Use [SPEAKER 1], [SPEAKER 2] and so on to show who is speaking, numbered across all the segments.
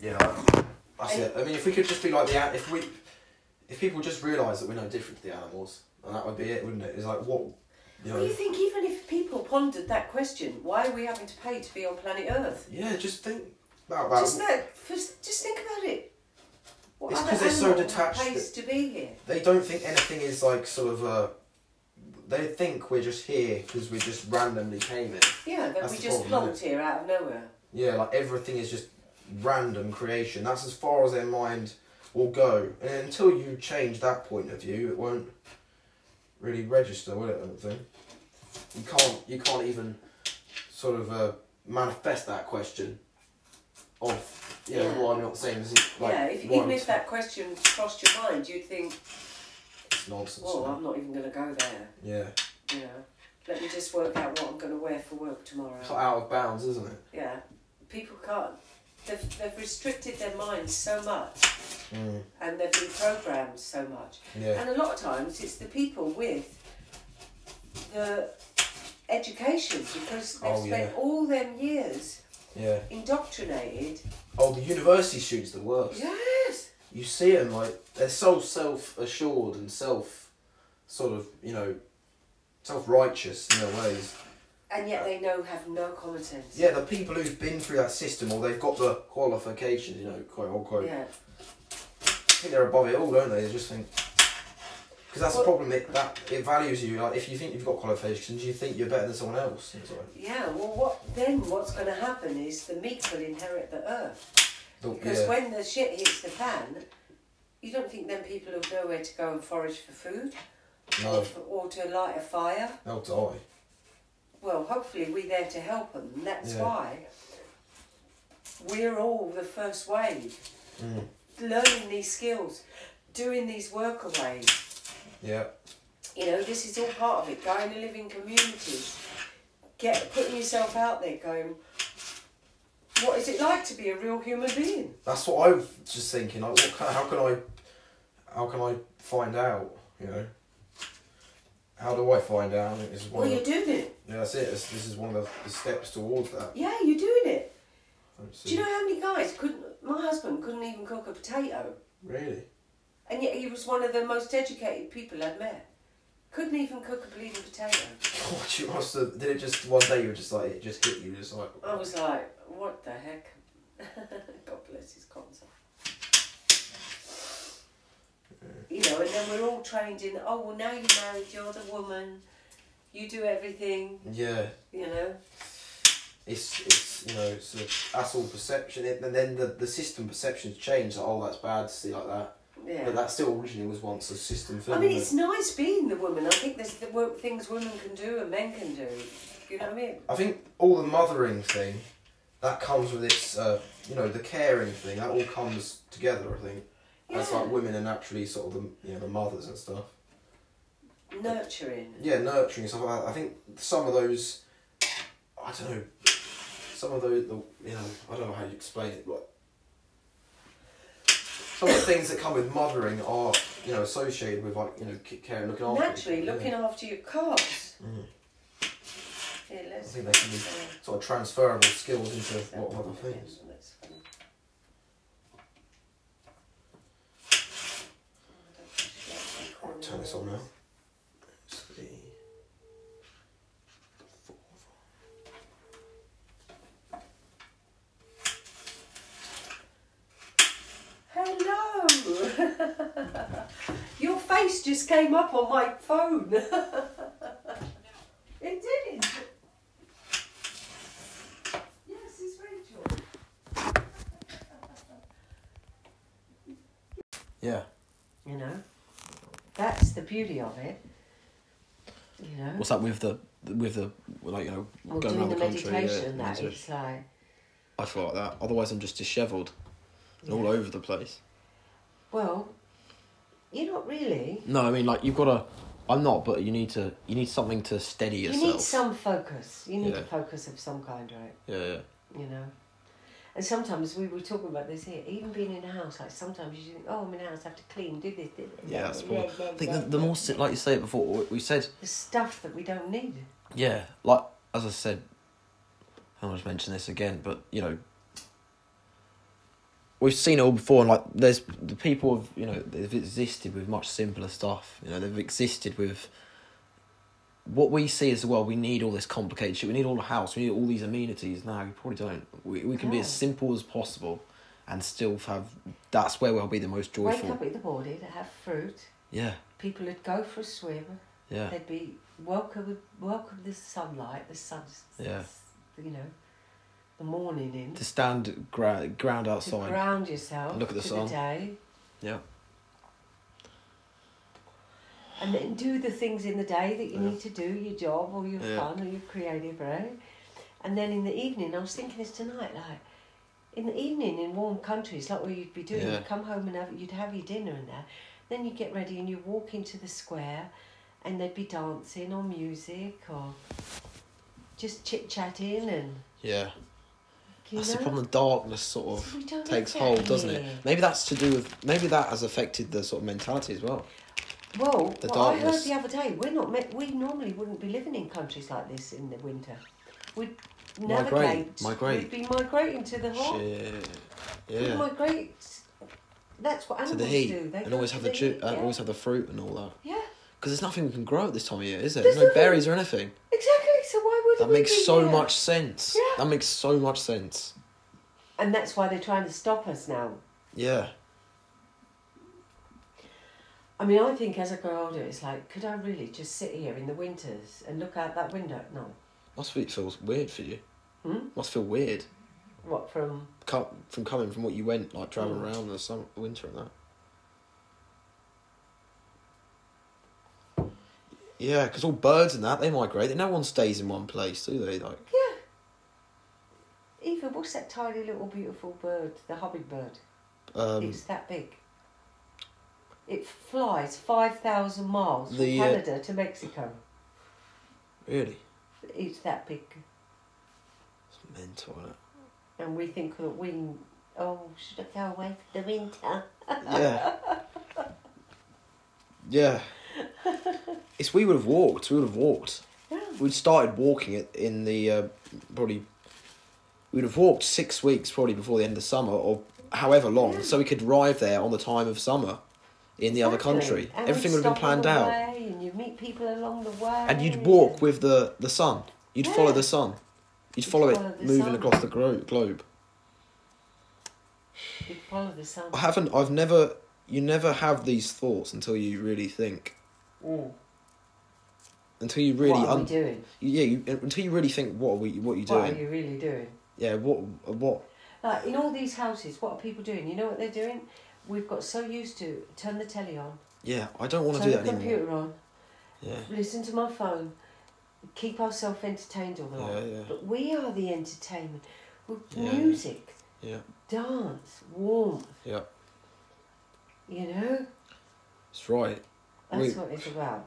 [SPEAKER 1] Yeah, that's it. I mean, if we could just be like the an- if we if people just realise that we're no different to the animals, and that would be it, wouldn't it? It's like what you
[SPEAKER 2] Well,
[SPEAKER 1] know.
[SPEAKER 2] you think even if people pondered that question, why are we having to pay to be on planet Earth?
[SPEAKER 1] Yeah, just think about that.
[SPEAKER 2] just that, just, just think about it. What
[SPEAKER 1] It's
[SPEAKER 2] other
[SPEAKER 1] 'cause they're so
[SPEAKER 2] animal
[SPEAKER 1] detached
[SPEAKER 2] Pays to be here.
[SPEAKER 1] They don't think anything is like sort of a. They think we're just here because we just randomly came in.
[SPEAKER 2] Yeah, that
[SPEAKER 1] That's
[SPEAKER 2] we
[SPEAKER 1] the
[SPEAKER 2] just
[SPEAKER 1] problem,
[SPEAKER 2] plonked here out of nowhere.
[SPEAKER 1] Yeah, like everything is just random creation. That's as far as their mind will go. And until you change that point of view, it won't really register, will it? I don't think. You can't. You can't even sort of uh, manifest that question. Of you know
[SPEAKER 2] Yeah.
[SPEAKER 1] why I'm not saying this. is- Like,
[SPEAKER 2] yeah, if,
[SPEAKER 1] why
[SPEAKER 2] even
[SPEAKER 1] I'm-
[SPEAKER 2] if that question crossed your mind, you'd think,
[SPEAKER 1] it's nonsense.
[SPEAKER 2] Oh, well,
[SPEAKER 1] isn't
[SPEAKER 2] I'm not even going to go there.
[SPEAKER 1] it? yeah,
[SPEAKER 2] You know, let me just work out what I'm going to wear for work tomorrow.
[SPEAKER 1] it's like out of bounds, isn't it?
[SPEAKER 2] Yeah, people can't. They've, they've restricted their minds so much,
[SPEAKER 1] Mm,
[SPEAKER 2] and they've been programmed so much.
[SPEAKER 1] yeah,
[SPEAKER 2] And a lot of times it's the people with the education because they've
[SPEAKER 1] Oh,
[SPEAKER 2] spent
[SPEAKER 1] yeah.
[SPEAKER 2] all them years
[SPEAKER 1] yeah.
[SPEAKER 2] indoctrinated.
[SPEAKER 1] Oh, the university shoots the worst.
[SPEAKER 2] Yes.
[SPEAKER 1] you see them like they're so self assured and self sort of you know self righteous in their ways.
[SPEAKER 2] And yet they know have no common sense.
[SPEAKER 1] Yeah, the people who've been through that system or they've got the qualifications, you know, quote unquote,
[SPEAKER 2] Yeah.
[SPEAKER 1] I think they're above it all, don't they? They just think because that's
[SPEAKER 2] Well-
[SPEAKER 1] the problem. It that it values you. Like if you think you've got qualifications, you think you're better than someone else. It's like,
[SPEAKER 2] Yeah, well, what then? What's going to happen is the meek will inherit the earth
[SPEAKER 1] don't-
[SPEAKER 2] because
[SPEAKER 1] yeah.
[SPEAKER 2] when the shit hits the fan, you don't think then people have nowhere to go and forage for food or,
[SPEAKER 1] no,
[SPEAKER 2] for, or to light a fire.
[SPEAKER 1] they'll die.
[SPEAKER 2] Well, hopefully we're there to help them, and that's
[SPEAKER 1] Yeah.
[SPEAKER 2] why we're all the first wave,
[SPEAKER 1] Mm.
[SPEAKER 2] learning these skills, doing these workaways.
[SPEAKER 1] Yeah,
[SPEAKER 2] You know, this is all part of it. Going to live in communities, get putting yourself out there, going. What is it like to be a real human being?
[SPEAKER 1] that's what I was just thinking. Like, what can, how can I, how can I find out? You know, how do I find out? I think this is one
[SPEAKER 2] Well,
[SPEAKER 1] of the-
[SPEAKER 2] you're doing it.
[SPEAKER 1] Yeah, that's it. This, this is one of the, the steps towards that.
[SPEAKER 2] Yeah, you're doing it.
[SPEAKER 1] I don't see.
[SPEAKER 2] Do you know how many guys couldn't? My husband couldn't even cook a potato,
[SPEAKER 1] Really?
[SPEAKER 2] and yet he was one of the most educated people I'd met. Couldn't even cook a bleeding potato.
[SPEAKER 1] God, you must have. Did it just one day? You were just like it just hit you. Just like
[SPEAKER 2] I Oh, was like, what the heck? God bless his concept. You know, and then we're all trained in, oh, well, now you're married, you're the woman, you do everything,
[SPEAKER 1] yeah.
[SPEAKER 2] you know.
[SPEAKER 1] It's it's you know it's a, that's all perception. It, and then the, the system perceptions change. Like oh that's bad to see like that. But
[SPEAKER 2] Yeah.
[SPEAKER 1] that still originally was once a system thing.
[SPEAKER 2] I mean, it's
[SPEAKER 1] wasn't
[SPEAKER 2] nice being the woman. I think there's the wo- things women can do and men can do. You know what I mean?
[SPEAKER 1] it? I think all the mothering thing, that comes with its uh, you know the caring thing. That all comes together. I think. That's
[SPEAKER 2] Yeah.
[SPEAKER 1] like women are naturally sort of the you know the mothers and stuff.
[SPEAKER 2] Nurturing.
[SPEAKER 1] yeah, nurturing and stuff like that. I think some of those, I don't know, some of those, the, you know, I don't know how you explain it, but some of the things that come with mothering are, you know, associated with like, you know, c- care and looking after.
[SPEAKER 2] Naturally,
[SPEAKER 1] people,
[SPEAKER 2] looking
[SPEAKER 1] yeah.
[SPEAKER 2] after your calves.
[SPEAKER 1] Mm.
[SPEAKER 2] Here,
[SPEAKER 1] I
[SPEAKER 2] let's.
[SPEAKER 1] think they can be sort of transferable skills into what other things.
[SPEAKER 2] That's funny.
[SPEAKER 1] Right, turn this on now. It's three, four,
[SPEAKER 2] Hello! Your face just came up on my phone. it did. Yes, it's Rachel.
[SPEAKER 1] Yeah.
[SPEAKER 2] You know, that's the beauty of it. You know,
[SPEAKER 3] What's that with the with the like you know
[SPEAKER 2] well,
[SPEAKER 3] going
[SPEAKER 2] doing
[SPEAKER 3] around
[SPEAKER 2] the
[SPEAKER 3] the, country? yeah,
[SPEAKER 2] meditation, that
[SPEAKER 3] meditation.
[SPEAKER 2] it's like.
[SPEAKER 3] I feel like that. Otherwise, I'm just dishevelled and all over the place.
[SPEAKER 2] Well, you're not really.
[SPEAKER 3] No, I mean like you've got to. I'm not, but you need to. You need something to steady yourself.
[SPEAKER 2] You need some focus. You need a
[SPEAKER 3] Yeah.
[SPEAKER 2] focus of some kind, right?
[SPEAKER 3] Yeah, yeah.
[SPEAKER 2] You know. And sometimes we were talking about this here. Even being in a house, like sometimes you think, "Oh, I'm in a house. I have to clean, do this, do that."
[SPEAKER 3] Yeah, that's
[SPEAKER 2] blah,
[SPEAKER 3] probably,
[SPEAKER 2] blah,
[SPEAKER 3] I think
[SPEAKER 2] blah,
[SPEAKER 3] the, the
[SPEAKER 2] blah."
[SPEAKER 3] more, si- like you say it before, we- we said,
[SPEAKER 2] the stuff that we don't need.
[SPEAKER 3] yeah, like, as I said, I'll just mention this again, but, you know,
[SPEAKER 1] we've seen it all before, and like there's the people have you know they've existed with much simpler stuff. You know they've existed with what we see as well. We need all this complicated shit. We need all the house. We need all these amenities. No, we probably don't. We we can be
[SPEAKER 2] No.
[SPEAKER 1] as simple as possible, and still have. That's where we'll be the most
[SPEAKER 2] Wake
[SPEAKER 1] joyful.
[SPEAKER 2] up in the morning, have fruit.
[SPEAKER 1] Yeah,
[SPEAKER 2] People would go for a swim.
[SPEAKER 1] yeah,
[SPEAKER 2] They'd be welcome, welcome the sunlight, the sun.
[SPEAKER 1] Yeah.
[SPEAKER 2] You know, the morning in
[SPEAKER 1] to stand gra- ground
[SPEAKER 2] to
[SPEAKER 1] outside.
[SPEAKER 2] ground yourself.
[SPEAKER 1] Look at the
[SPEAKER 2] to
[SPEAKER 1] sun.
[SPEAKER 2] The day.
[SPEAKER 1] yeah,
[SPEAKER 2] and then do the things in the day that you
[SPEAKER 1] Yeah.
[SPEAKER 2] need to do, your job or your
[SPEAKER 1] Yeah.
[SPEAKER 2] fun or your creative, right? And then in the evening, I was thinking this tonight, like in the evening in warm countries, like what you'd be doing,
[SPEAKER 1] Yeah.
[SPEAKER 2] you'd come home and have, you'd have your dinner and that. Then you get ready and you walk into the square, and there'd be dancing or music or just chit chatting and
[SPEAKER 1] yeah.
[SPEAKER 2] you
[SPEAKER 1] that's
[SPEAKER 2] know.
[SPEAKER 1] the problem. The darkness sort
[SPEAKER 2] So we
[SPEAKER 1] of
[SPEAKER 2] don't
[SPEAKER 1] takes
[SPEAKER 2] get
[SPEAKER 1] hold, doesn't it?
[SPEAKER 2] here.
[SPEAKER 1] Maybe that's to do with maybe that has affected the sort of mentality as well.
[SPEAKER 2] Well,
[SPEAKER 1] The
[SPEAKER 2] what I
[SPEAKER 1] darkness.
[SPEAKER 2] heard the other day, we're not. Me- we normally wouldn't be living in countries like this in the winter. We'd
[SPEAKER 1] Migrate,
[SPEAKER 2] navigate.
[SPEAKER 1] migrate.
[SPEAKER 2] We'd be migrating to the hot.
[SPEAKER 1] Shit.
[SPEAKER 2] We'd
[SPEAKER 1] Yeah.
[SPEAKER 2] migrate. That's what
[SPEAKER 1] To
[SPEAKER 2] animals
[SPEAKER 1] the heat
[SPEAKER 2] do. They
[SPEAKER 1] and
[SPEAKER 2] go
[SPEAKER 1] always
[SPEAKER 2] to
[SPEAKER 1] have the ju-
[SPEAKER 2] heat,
[SPEAKER 1] and
[SPEAKER 2] yeah.
[SPEAKER 1] always have the fruit and all that.
[SPEAKER 2] yeah,
[SPEAKER 1] Because there's nothing we can grow at this time of year, is there?
[SPEAKER 2] There's
[SPEAKER 1] no
[SPEAKER 2] nothing.
[SPEAKER 1] berries or anything.
[SPEAKER 2] exactly. So why would
[SPEAKER 1] That
[SPEAKER 2] we
[SPEAKER 1] makes
[SPEAKER 2] be
[SPEAKER 1] so
[SPEAKER 2] here?
[SPEAKER 1] much sense.
[SPEAKER 2] Yeah.
[SPEAKER 1] That makes so much sense.
[SPEAKER 2] And that's why they're trying to stop us now.
[SPEAKER 1] Yeah.
[SPEAKER 2] I mean, I think as I grow older, it's like, could I really just sit here in the winters and look out that window? No.
[SPEAKER 1] Must be, it feels weird for you.
[SPEAKER 2] Hmm?
[SPEAKER 1] Must feel weird.
[SPEAKER 2] What from?
[SPEAKER 1] Cut from coming from what you went like traveling
[SPEAKER 2] Mm.
[SPEAKER 1] around in the summer, winter and that. Yeah, because all birds and that they migrate. and No one stays in one place, do they? Like
[SPEAKER 2] Yeah. Eva, what's that tiny little beautiful bird? The hummingbird.
[SPEAKER 1] um,
[SPEAKER 2] it's that big. It flies 5,000 miles from
[SPEAKER 1] The, uh,
[SPEAKER 2] Canada to Mexico.
[SPEAKER 1] really,
[SPEAKER 2] It's that big.
[SPEAKER 1] it's mental. Isn't it?
[SPEAKER 2] And we think that we, oh, should I go away for the winter?
[SPEAKER 1] Yeah. yeah. It's we would have walked. We would have walked.
[SPEAKER 2] Yeah.
[SPEAKER 1] We'd started walking it in the uh, probably. We'd have walked six weeks probably before the end of summer or however long, so we could arrive there on the time of summer, in the other country.
[SPEAKER 2] And
[SPEAKER 1] Everything
[SPEAKER 2] we'd
[SPEAKER 1] would have been
[SPEAKER 2] stop
[SPEAKER 1] planned
[SPEAKER 2] on the
[SPEAKER 1] out,
[SPEAKER 2] way And you meet people along the way.
[SPEAKER 1] and you'd walk with the the sun. You'd follow
[SPEAKER 2] Yeah.
[SPEAKER 1] the sun. You'd
[SPEAKER 2] You'd
[SPEAKER 1] follow it
[SPEAKER 2] follow the
[SPEAKER 1] moving
[SPEAKER 2] sun.
[SPEAKER 1] across the gro- globe.
[SPEAKER 2] You'd follow the sun.
[SPEAKER 1] I haven't. I've never. You never have these thoughts until you really think.
[SPEAKER 2] Mm.
[SPEAKER 1] Until you really.
[SPEAKER 2] what are
[SPEAKER 1] un-
[SPEAKER 2] we doing?
[SPEAKER 1] yeah. You, until you really think. What are we? What are you doing?
[SPEAKER 2] What are you really doing?
[SPEAKER 1] Yeah. What? What?
[SPEAKER 2] Like in all these houses, what are people doing? You know what they're doing? We've got so used to turn the telly on,
[SPEAKER 1] Yeah. I don't want to
[SPEAKER 2] turn
[SPEAKER 1] do
[SPEAKER 2] the
[SPEAKER 1] that anymore.
[SPEAKER 2] computer on,
[SPEAKER 1] Yeah.
[SPEAKER 2] listen to my phone, keep ourselves entertained all the
[SPEAKER 1] Yeah,
[SPEAKER 2] time.
[SPEAKER 1] yeah.
[SPEAKER 2] But we are the entertainment with
[SPEAKER 1] Yeah, yeah.
[SPEAKER 2] music,
[SPEAKER 1] Yeah.
[SPEAKER 2] dance, warmth,
[SPEAKER 1] Yeah.
[SPEAKER 2] you know?
[SPEAKER 1] That's right.
[SPEAKER 2] That's
[SPEAKER 1] We-
[SPEAKER 2] what it's about.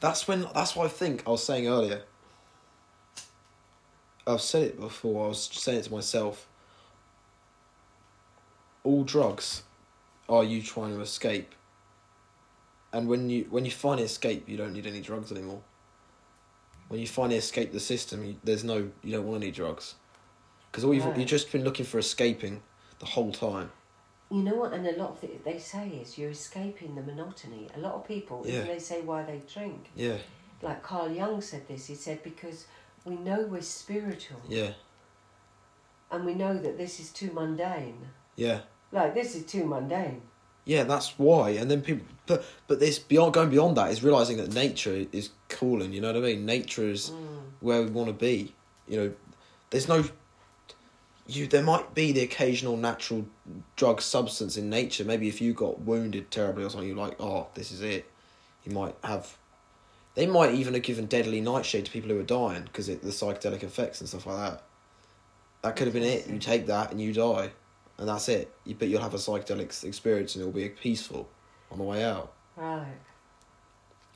[SPEAKER 1] That's when. That's what I think I was saying earlier. I've said it before. I was saying it to myself. All drugs, are you trying to escape? And when you when you find escape, you don't need any drugs anymore. When you finally escape the system, you, there's no you don't want any drugs, because all you've
[SPEAKER 2] Right.
[SPEAKER 1] you've just been looking for escaping the whole time.
[SPEAKER 2] You know what? And a lot of the, they say is you're escaping the monotony. A lot of people,
[SPEAKER 1] Yeah.
[SPEAKER 2] even they say why they drink.
[SPEAKER 1] Yeah,
[SPEAKER 2] Like Carl Jung said this, he said, because we know we're spiritual
[SPEAKER 1] yeah,
[SPEAKER 2] and we know that this is too mundane.
[SPEAKER 1] yeah.
[SPEAKER 2] Like, this is too mundane.
[SPEAKER 1] Yeah, that's why. And then people, but but this beyond going beyond that is realizing that nature is calling. You know what I mean? Nature is where we want to be. You know, there's no. You there might be the occasional natural drug substance in nature. Maybe if you got wounded terribly or something, you're like, oh, this is it. You might have. They might even have given deadly nightshade to people who are dying because the psychedelic effects and stuff like that. That could have been it. You take that and you die and that's it. You- But you'll have a psychedelic s- experience, and it'll be peaceful on the way out.
[SPEAKER 2] Right.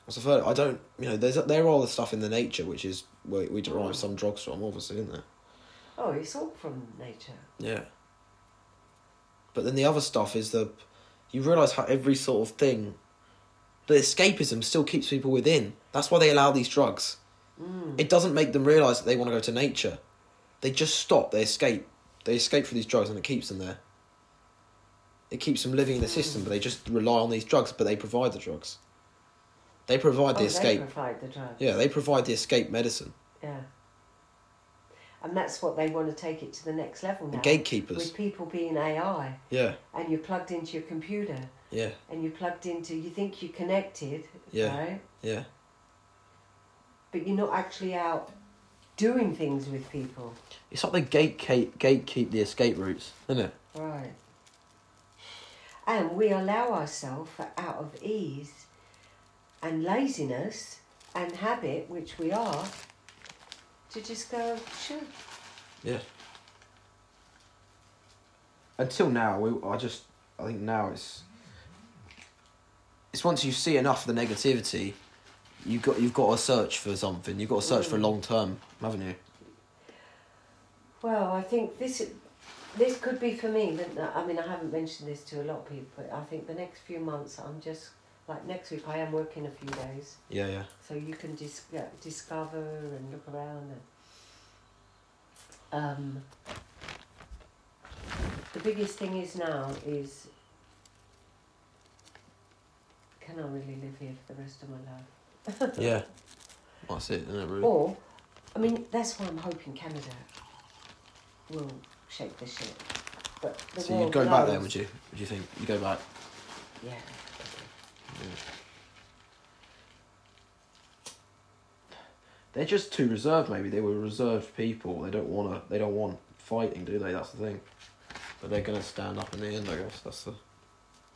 [SPEAKER 1] So further, I don't, you know, there's there are all the stuff in the nature which is where we derive some drugs from, obviously, isn't there?
[SPEAKER 2] Oh, it's all from nature.
[SPEAKER 1] Yeah. But then the other stuff is the, you realise how every sort of thing, the escapism still keeps people within. That's why they allow these drugs. It doesn't make them realise that they want to go to nature. They just stop. They escape. They escape through these drugs, and it keeps them there. It keeps them living in the system, but they just rely on these drugs. But they provide the drugs. They provide the
[SPEAKER 2] Oh,
[SPEAKER 1] escape.
[SPEAKER 2] They provide the drugs.
[SPEAKER 1] yeah, they provide the escape medicine.
[SPEAKER 2] Yeah. And that's what they want to take it to the next level now.
[SPEAKER 1] The gatekeepers.
[SPEAKER 2] With people being AI
[SPEAKER 1] Yeah,
[SPEAKER 2] and you're plugged into your computer
[SPEAKER 1] yeah,
[SPEAKER 2] and you're plugged into, you think you're connected,
[SPEAKER 1] Yeah.
[SPEAKER 2] right?
[SPEAKER 1] yeah.
[SPEAKER 2] But you're not actually out doing things with people.
[SPEAKER 1] It's like they gate gatekeep the escape routes, isn't it?
[SPEAKER 2] Right. And we allow ourselves out of ease and laziness and habit, which we are, to just go, sure.
[SPEAKER 1] Yeah. Until now, we, I just I think now it's it's once you see enough of the negativity, you got you've got to search for something. You've got to search for
[SPEAKER 2] Mm.
[SPEAKER 1] long term, haven't you?
[SPEAKER 2] Well, I think this this could be for me. but no- I mean, I haven't mentioned this to a lot of people, but I think the next few months I'm just like next week I am working a few days,
[SPEAKER 1] Yeah, yeah,
[SPEAKER 2] so you can dis- yeah, discover and look around. And, um, the biggest thing is now is can I really live here for the rest of my life?
[SPEAKER 1] yeah. That's it, isn't it? Really?
[SPEAKER 2] Or, I mean, that's why I'm hoping Canada will shake the shit. But the
[SPEAKER 1] so you'd
[SPEAKER 2] world
[SPEAKER 1] go back there,
[SPEAKER 2] knows-
[SPEAKER 1] would you? Would you think you go back?
[SPEAKER 2] Yeah.
[SPEAKER 1] They're just too reserved. Maybe they were reserved people. They don't wanna. They don't want fighting, do they? That's the thing. But they're gonna stand up in the end, I guess. That's the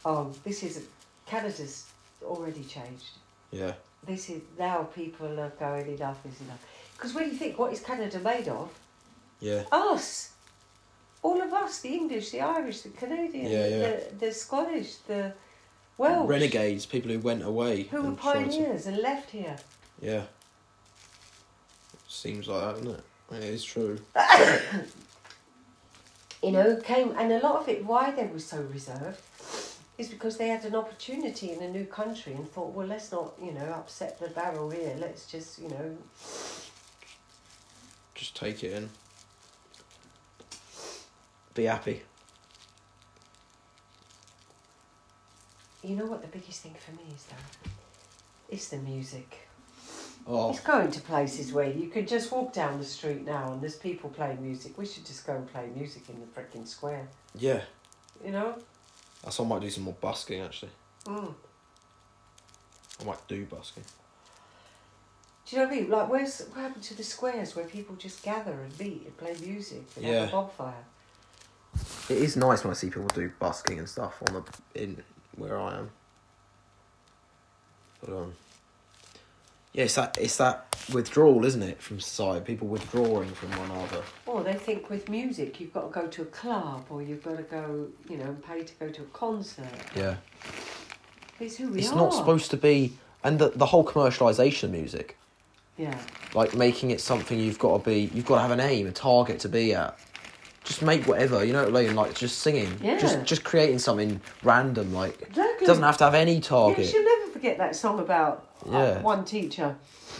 [SPEAKER 2] Oh, this is Canada's already changed.
[SPEAKER 1] yeah.
[SPEAKER 2] This is now people are going enough is enough. Because when you think, what is Canada made of?
[SPEAKER 1] Yeah.
[SPEAKER 2] Us. All of us, the English, the Irish, the Canadian,
[SPEAKER 1] Yeah, yeah.
[SPEAKER 2] The, the Scottish, the Welsh.
[SPEAKER 1] renegades, people who went away.
[SPEAKER 2] Who were
[SPEAKER 1] and tried to-
[SPEAKER 2] pioneers and left here.
[SPEAKER 1] yeah. Seems like that, doesn't it? It is true.
[SPEAKER 2] you know, came and a lot of it why they were so reserved is because they had an opportunity in a new country and thought, well, let's not, you know, upset the barrel here. Let's just, you know,
[SPEAKER 1] Just take it in. Be happy.
[SPEAKER 2] you know what the biggest thing for me is though, it's the music.
[SPEAKER 1] Oh,
[SPEAKER 2] It's going to places where you could just walk down the street now and there's people playing music. We should just go and play music in the freaking square,
[SPEAKER 1] yeah.
[SPEAKER 2] you know.
[SPEAKER 1] That's I might do some more busking actually.
[SPEAKER 2] Mm.
[SPEAKER 1] I might do busking.
[SPEAKER 2] Do you know what I mean? Like, where's what happened to the squares where people just gather and meet and play music and have
[SPEAKER 1] Yeah.
[SPEAKER 2] a bonfire?
[SPEAKER 1] It is nice when I see people do busking and stuff on the in where I am. But um, yeah, it's that it's that withdrawal, isn't it, from society? People withdrawing from one another.
[SPEAKER 2] Or they think with music you've got to go to a club or you've got to go, you know, and pay to go to a concert.
[SPEAKER 1] Yeah.
[SPEAKER 2] It's who we
[SPEAKER 1] it's
[SPEAKER 2] are.
[SPEAKER 1] not supposed to be and the, the whole commercialization of music
[SPEAKER 2] Yeah,
[SPEAKER 1] like making it something you've got to be you've got to have an aim a target to be at just make whatever you know what I mean? like just singing
[SPEAKER 2] Yeah.
[SPEAKER 1] just just creating something random like
[SPEAKER 2] Exactly.
[SPEAKER 1] doesn't have to have any
[SPEAKER 2] yeah.
[SPEAKER 1] target
[SPEAKER 2] She'll never forget that song about uh,
[SPEAKER 1] Yeah.
[SPEAKER 2] one teacher.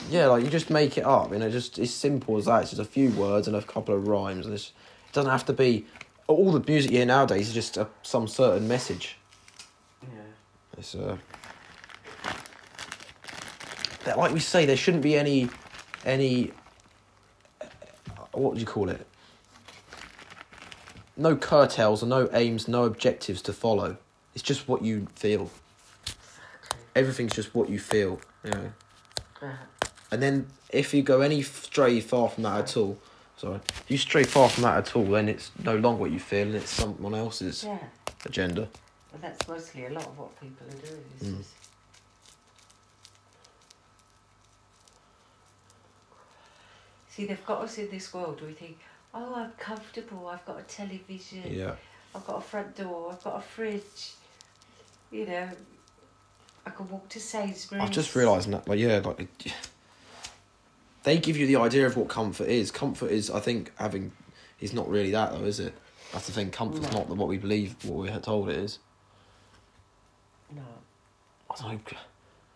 [SPEAKER 1] yeah like you just make it up you know just it's simple as that it's just a few words and a couple of rhymes and it's, it doesn't have to be all the music here nowadays is just a, some certain message
[SPEAKER 2] Yeah.
[SPEAKER 1] It's uh, that like we say, there shouldn't be any, any. uh, What do you call it? No curtails or no aims, no objectives to follow. It's just what you feel. Everything's just what you feel. You know. And then if you go any f- stray far from that at all, sorry, if you stray far from that at all, then it's no longer what you feel, and it's someone else's
[SPEAKER 2] Yeah.
[SPEAKER 1] agenda.
[SPEAKER 2] But that's mostly a lot of what people are doing. Is
[SPEAKER 1] Mm.
[SPEAKER 2] just See, they've got us in this world where we think, oh, I'm comfortable, I've got a television. I've got a front door, I've got a fridge, you know, I can walk to Sainsbury's.
[SPEAKER 1] I've just realised that, like, yeah, like it- they give you the idea of what comfort is. Comfort is, I think, having is not really that though, is it? That's the thing. Comfort's
[SPEAKER 2] No.
[SPEAKER 1] not what we believe, what we're told it is.
[SPEAKER 2] No.
[SPEAKER 1] I don't know.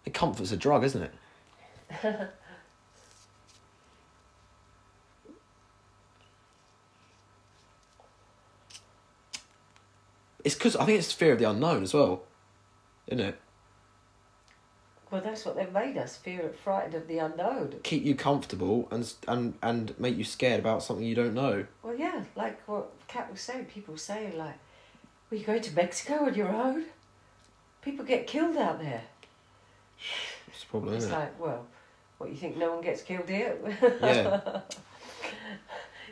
[SPEAKER 1] The comfort's a drug, isn't it? It's because I think it's fear of the unknown as well, isn't it?
[SPEAKER 2] Well, that's what they've made us fear, frightened of the unknown.
[SPEAKER 1] Keep you comfortable and and and make you scared about something you don't know.
[SPEAKER 2] Well, yeah, like what Kat was saying, people say, like, were you going to Mexico on your own? People get killed out there.
[SPEAKER 1] It's probably
[SPEAKER 2] It's
[SPEAKER 1] isn't it?
[SPEAKER 2] like, well, what, you think no one gets killed here?
[SPEAKER 1] Yeah.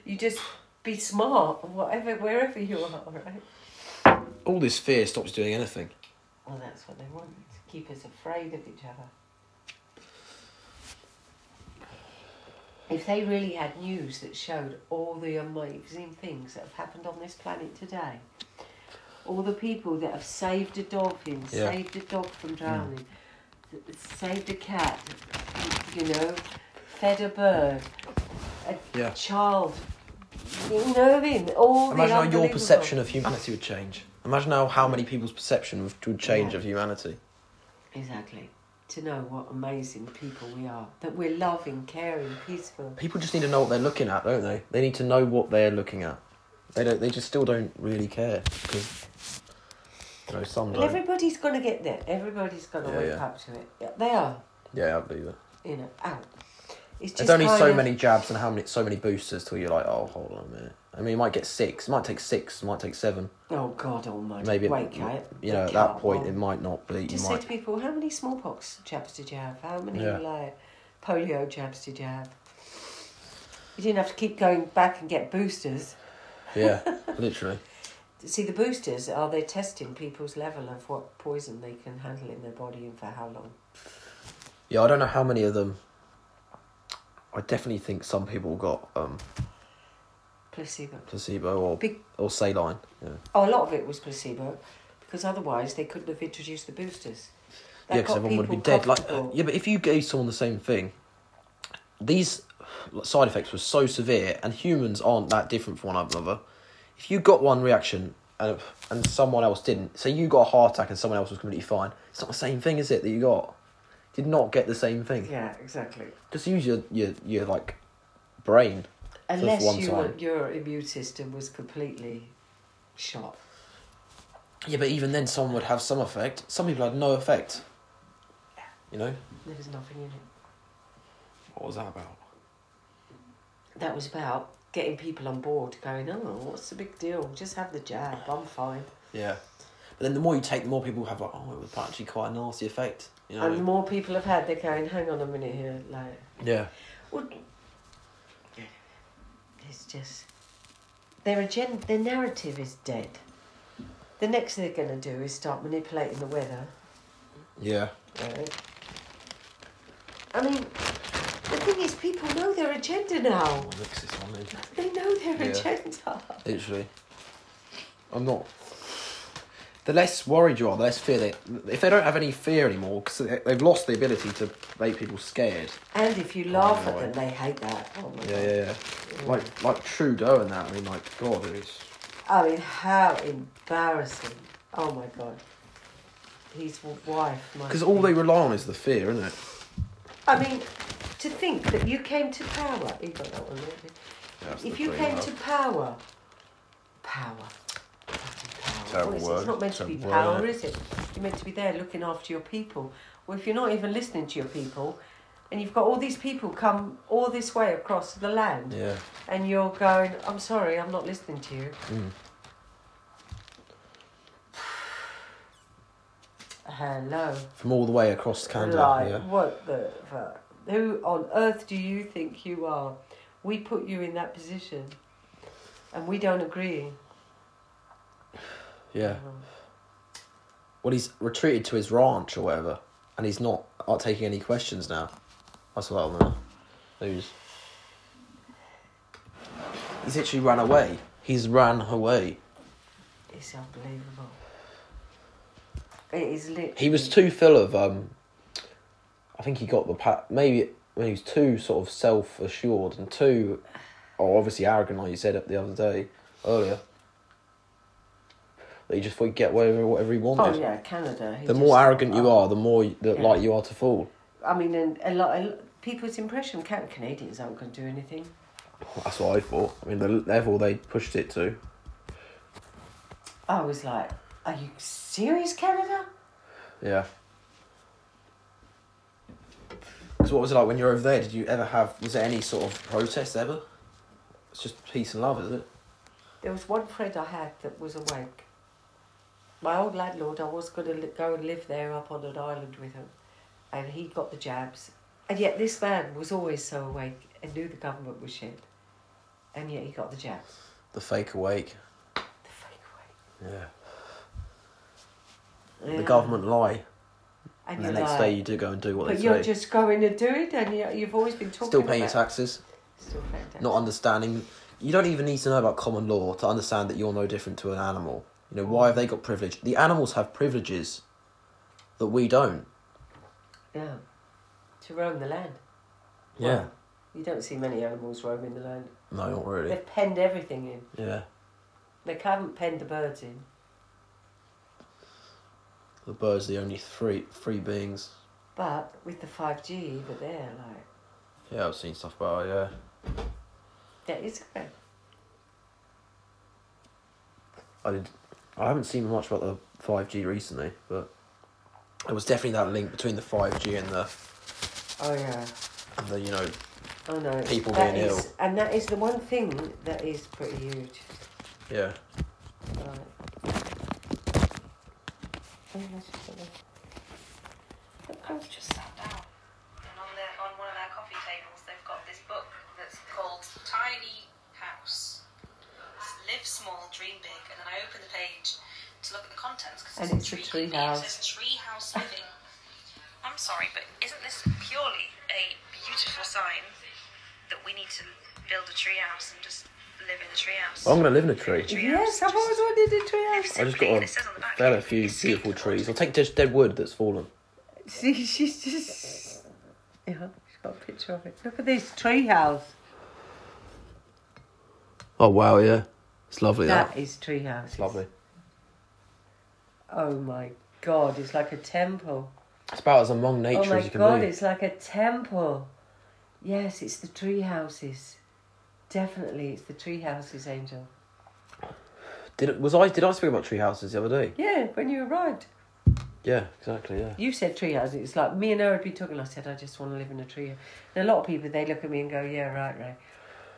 [SPEAKER 2] you just be smart, whatever, wherever you are, right?
[SPEAKER 1] All this fear stops you doing anything.
[SPEAKER 2] Well, that's what they want, to keep us afraid of each other. If they really had news that showed all the amazing things that have happened on this planet today, all the people that have saved a dolphin,
[SPEAKER 1] Yeah. Mm.
[SPEAKER 2] saved a dog from drowning, th- saved a cat, you know, fed a bird, a
[SPEAKER 1] Yeah.
[SPEAKER 2] child, you know what I mean? All the
[SPEAKER 1] Imagine how your
[SPEAKER 2] unbelievable-
[SPEAKER 1] perception of humanity would change. Imagine how, how many people's perception would- would change
[SPEAKER 2] Yeah.
[SPEAKER 1] of humanity.
[SPEAKER 2] Exactly. To know what amazing people we are, that we're loving, caring, peaceful.
[SPEAKER 1] People just need to know what they're looking at, don't they? They need to know what they're looking at. They don't. They just still don't really care because you know some
[SPEAKER 2] Well,
[SPEAKER 1] don't.
[SPEAKER 2] everybody's going to get there. Everybody's going to
[SPEAKER 1] Yeah,
[SPEAKER 2] wake
[SPEAKER 1] yeah.
[SPEAKER 2] up to it. Yeah, they are,
[SPEAKER 1] Yeah, I believe it.
[SPEAKER 2] you know, out. It's just
[SPEAKER 1] There's only
[SPEAKER 2] kind
[SPEAKER 1] so
[SPEAKER 2] of-
[SPEAKER 1] many jabs and how many so many boosters till you're like, oh, hold on a minute. I mean, you might get six. It might take six. It might take seven.
[SPEAKER 2] Oh God Almighty!
[SPEAKER 1] Maybe it-
[SPEAKER 2] wake up.
[SPEAKER 1] you know, at
[SPEAKER 2] wake
[SPEAKER 1] that
[SPEAKER 2] up.
[SPEAKER 1] point,
[SPEAKER 2] Well,
[SPEAKER 1] it might not be. You
[SPEAKER 2] Just say
[SPEAKER 1] might.
[SPEAKER 2] to people, how many smallpox jabs did you have? How many
[SPEAKER 1] Yeah.
[SPEAKER 2] like polio jabs did you have? You didn't have to keep going back and get boosters.
[SPEAKER 1] Yeah, literally.
[SPEAKER 2] See, the boosters are they're testing people's level of what poison they can handle in their body and for how long.
[SPEAKER 1] Yeah, I don't know how many of them. I definitely think some people got um,
[SPEAKER 2] Placebo.
[SPEAKER 1] placebo or
[SPEAKER 2] Big-
[SPEAKER 1] or saline. Yeah,
[SPEAKER 2] Oh, a lot of it was placebo, because otherwise they couldn't have introduced the boosters. That
[SPEAKER 1] yeah, because
[SPEAKER 2] got
[SPEAKER 1] everyone would be
[SPEAKER 2] people
[SPEAKER 1] dead. Like, uh,
[SPEAKER 2] comfortable.
[SPEAKER 1] yeah, but if you gave someone the same thing, these side effects were so severe, and humans aren't that different from one another. If you got one reaction and and someone else didn't, say you got a heart attack and someone else was completely fine, it's not the same thing, is it? That you got did not get the same thing.
[SPEAKER 2] yeah, exactly.
[SPEAKER 1] Just use your your your like brain. for
[SPEAKER 2] Unless
[SPEAKER 1] one
[SPEAKER 2] you
[SPEAKER 1] time.
[SPEAKER 2] were, your immune system was completely shot.
[SPEAKER 1] Yeah, but even then, some would have some effect. Some people had no effect. You know?
[SPEAKER 2] There was nothing in it.
[SPEAKER 1] What was that about?
[SPEAKER 2] That was about getting people on board, going, oh, what's the big deal? Just have the jab. I'm fine.
[SPEAKER 1] Yeah. But then the more you take, the more people have, like, oh, it was actually quite a nasty effect. You know?
[SPEAKER 2] And the more people have had, they're going, hang on a minute here, like.
[SPEAKER 1] yeah.
[SPEAKER 2] Well, it's just their agenda, their narrative is dead. The next thing they're going to do is start manipulating the weather.
[SPEAKER 1] Yeah.
[SPEAKER 2] Right? I mean, the thing is, people know their agenda now.
[SPEAKER 1] I'll mix this one in.
[SPEAKER 2] They know their
[SPEAKER 1] Yeah.
[SPEAKER 2] agenda.
[SPEAKER 1] Literally. I'm not. The less worried you are, the less fear they. If they don't have any fear anymore, because they've lost the ability to make people scared.
[SPEAKER 2] And if you laugh
[SPEAKER 1] no,
[SPEAKER 2] at them,
[SPEAKER 1] I-
[SPEAKER 2] they hate that. Oh my
[SPEAKER 1] Yeah,
[SPEAKER 2] God.
[SPEAKER 1] yeah, yeah. Like, like Trudeau and that. I mean, like, God, it's.
[SPEAKER 2] I mean, how embarrassing! Oh my God. His w- wife. must
[SPEAKER 1] Because all
[SPEAKER 2] be-
[SPEAKER 1] they rely on is the fear, isn't it?
[SPEAKER 2] I mean, to think that you came to power, you got that one, didn't you?
[SPEAKER 1] Yeah, that's
[SPEAKER 2] If
[SPEAKER 1] the
[SPEAKER 2] you
[SPEAKER 1] thing,
[SPEAKER 2] came
[SPEAKER 1] though.
[SPEAKER 2] to power, power. Fucking power.
[SPEAKER 1] Terrible
[SPEAKER 2] What is it?
[SPEAKER 1] word,
[SPEAKER 2] It's not meant to be
[SPEAKER 1] terrible
[SPEAKER 2] power,
[SPEAKER 1] word,
[SPEAKER 2] is it? You're meant to be there looking after your people. Well, if you're not even listening to your people, and you've got all these people come all this way across the land,
[SPEAKER 1] Yeah.
[SPEAKER 2] and you're going, I'm sorry, I'm not listening to you.
[SPEAKER 1] Mm.
[SPEAKER 2] Hello.
[SPEAKER 1] From all the way across Canada.
[SPEAKER 2] Like,
[SPEAKER 1] Yeah.
[SPEAKER 2] what the fuck? Who on earth do you think you are? We put you in that position and we don't agree.
[SPEAKER 1] Yeah.
[SPEAKER 2] Uh-huh.
[SPEAKER 1] Well, he's retreated to his ranch or whatever, and he's not, not taking any questions now. That's what I'm Who's? He's literally ran away. He's ran away.
[SPEAKER 2] It's unbelievable. It is literally.
[SPEAKER 1] He was too full of um. I think he got the pat. Maybe when he was too sort of self assured and too, or obviously arrogant, like you said up the other day earlier. That he just thought he'd get away with whatever he wanted.
[SPEAKER 2] Oh, yeah, Canada. he
[SPEAKER 1] The
[SPEAKER 2] just-
[SPEAKER 1] more arrogant you are, the more you- the
[SPEAKER 2] Yeah.
[SPEAKER 1] like you are to fall.
[SPEAKER 2] I mean, and a lot, a lot people's impression Can- Canadians aren't going to do anything.
[SPEAKER 1] That's what I thought. I mean, the level they pushed it to.
[SPEAKER 4] I was like, are you serious, Canada?
[SPEAKER 1] Yeah. So what was it like when you were over there? Did you ever have? Was there any sort of protest ever? It's just peace and love, is it?
[SPEAKER 2] There was one friend I had that was awake. My old landlord, I was going to li- go and live there up on an island with him, and he got the jabs. And yet this man was always so awake and knew the government was shit, and yet he got the jabs.
[SPEAKER 1] The fake awake.
[SPEAKER 2] The fake
[SPEAKER 1] Yeah.
[SPEAKER 2] awake.
[SPEAKER 1] The
[SPEAKER 2] Yeah.
[SPEAKER 1] government lie,
[SPEAKER 2] And,
[SPEAKER 1] and the
[SPEAKER 2] you're
[SPEAKER 1] next
[SPEAKER 2] like,
[SPEAKER 1] day you do go and do what
[SPEAKER 2] But
[SPEAKER 1] they
[SPEAKER 2] you're
[SPEAKER 1] say.
[SPEAKER 2] just going to do it, and you you've always been talking
[SPEAKER 1] Still paying your
[SPEAKER 2] about
[SPEAKER 1] taxes,
[SPEAKER 2] Still paying tax.
[SPEAKER 1] not understanding. You don't even need to know about common law to understand that you're no different to an animal. You know why have they got privilege? The animals have privileges that we don't.
[SPEAKER 2] Yeah. To roam the land.
[SPEAKER 1] Yeah.
[SPEAKER 2] You don't see many animals roaming the land.
[SPEAKER 1] No, not really.
[SPEAKER 2] They've penned everything in.
[SPEAKER 1] Yeah.
[SPEAKER 2] They haven't penned the birds in.
[SPEAKER 1] The birds are the only three free beings.
[SPEAKER 2] But with the 5G over there, like,
[SPEAKER 1] Yeah, I've seen stuff about it, yeah.
[SPEAKER 2] that is great.
[SPEAKER 1] I did. I haven't seen much about the five G recently, but there was definitely that link between the five G and the,
[SPEAKER 2] Oh, yeah.
[SPEAKER 1] and the you know
[SPEAKER 2] Oh, no.
[SPEAKER 1] People
[SPEAKER 2] that
[SPEAKER 1] being
[SPEAKER 2] is- And that is the one thing that is pretty huge.
[SPEAKER 1] yeah
[SPEAKER 2] Right. Oh, that's just something. Look, I've just sat down.
[SPEAKER 5] And on the on one of our coffee tables, they've got this book that's called Tiny House. It's Live small, dream big. And then I open the page to look at the contents because
[SPEAKER 2] And it's a tree
[SPEAKER 5] It
[SPEAKER 2] house.
[SPEAKER 5] says tree house living. I'm sorry, but isn't this purely a beautiful sign that we need to build a tree house and just live in a tree house?
[SPEAKER 1] Well, I'm gonna live in a tree.
[SPEAKER 2] Yes, I've always wanted a treehouse.
[SPEAKER 1] Oh I just got a fair a few beautiful trees. I'll take just dead wood that's fallen.
[SPEAKER 2] See, she's just. Yeah, she's got a picture of it. Look at this treehouse.
[SPEAKER 1] Oh wow, yeah, it's lovely.
[SPEAKER 2] That is treehouse.
[SPEAKER 1] It's lovely.
[SPEAKER 2] Oh my god, it's like a temple.
[SPEAKER 1] It's about as among nature
[SPEAKER 2] oh my
[SPEAKER 1] as you can
[SPEAKER 2] god,
[SPEAKER 1] be.
[SPEAKER 2] it's like a temple. Yes, it's the tree houses. Definitely, it's the tree houses, Angel.
[SPEAKER 1] Did it, was I did I speak about tree houses the other day?
[SPEAKER 2] Yeah, when you arrived,
[SPEAKER 1] Yeah, exactly. Yeah.
[SPEAKER 2] you said tree houses. It's like me and her would be talking. I said, I just want to live in a tree. And a lot of people, they look at me and go, Yeah, right, right.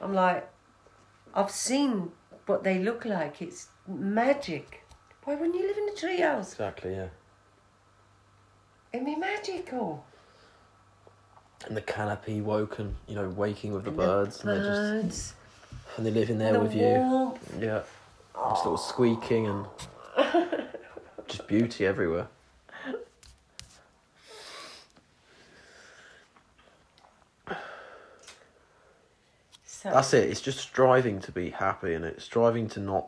[SPEAKER 2] I'm like, I've seen what they look like. It's magic. Why wouldn't you live in a tree house?
[SPEAKER 1] Exactly. Yeah.
[SPEAKER 2] It'd be magical.
[SPEAKER 1] And the canopy woken, you know, waking with the birds, and they just
[SPEAKER 2] Birds.
[SPEAKER 1] and they live in there
[SPEAKER 2] the
[SPEAKER 1] with you.
[SPEAKER 2] warmth.
[SPEAKER 1] Yeah. Just little squeaking and just beauty everywhere.
[SPEAKER 2] So,
[SPEAKER 1] That's it. It's just striving to be happy and it's striving to not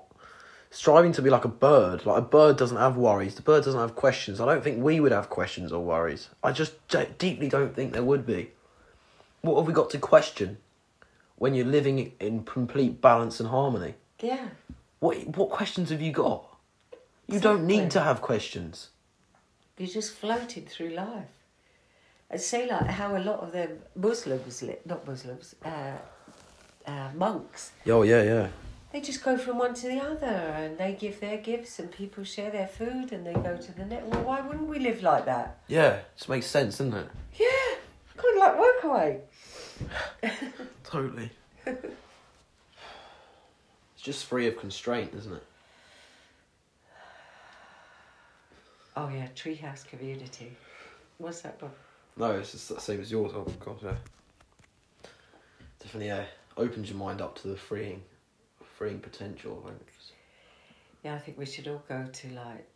[SPEAKER 1] striving to be like a bird. Like a bird doesn't have worries. The bird doesn't have questions. I don't think we would have questions or worries. I just d- deeply don't think there would be. What have we got to question when you're living in complete balance and harmony?
[SPEAKER 2] yeah.
[SPEAKER 1] What what questions have you got? You don't
[SPEAKER 2] Exactly.
[SPEAKER 1] need to have questions.
[SPEAKER 2] you just floated through life. And say like how a lot of them Muslims, li- not Muslims, uh, uh, monks,
[SPEAKER 1] Oh yeah, yeah.
[SPEAKER 2] they just go from one to the other and they give their gifts and people share their food and they go to the next. Well, why wouldn't we live like that?
[SPEAKER 1] Yeah, it makes sense, doesn't it?
[SPEAKER 2] Yeah, kind of like Workaway.
[SPEAKER 1] Totally. it's just free of constraint, isn't it?
[SPEAKER 2] Oh yeah, treehouse community. What's that book?
[SPEAKER 1] No, it's just the same as yours. Oh god, yeah. Definitely, yeah. Opens your mind up to the freeing, freeing potential. I think.
[SPEAKER 2] Yeah, I think we should all go to like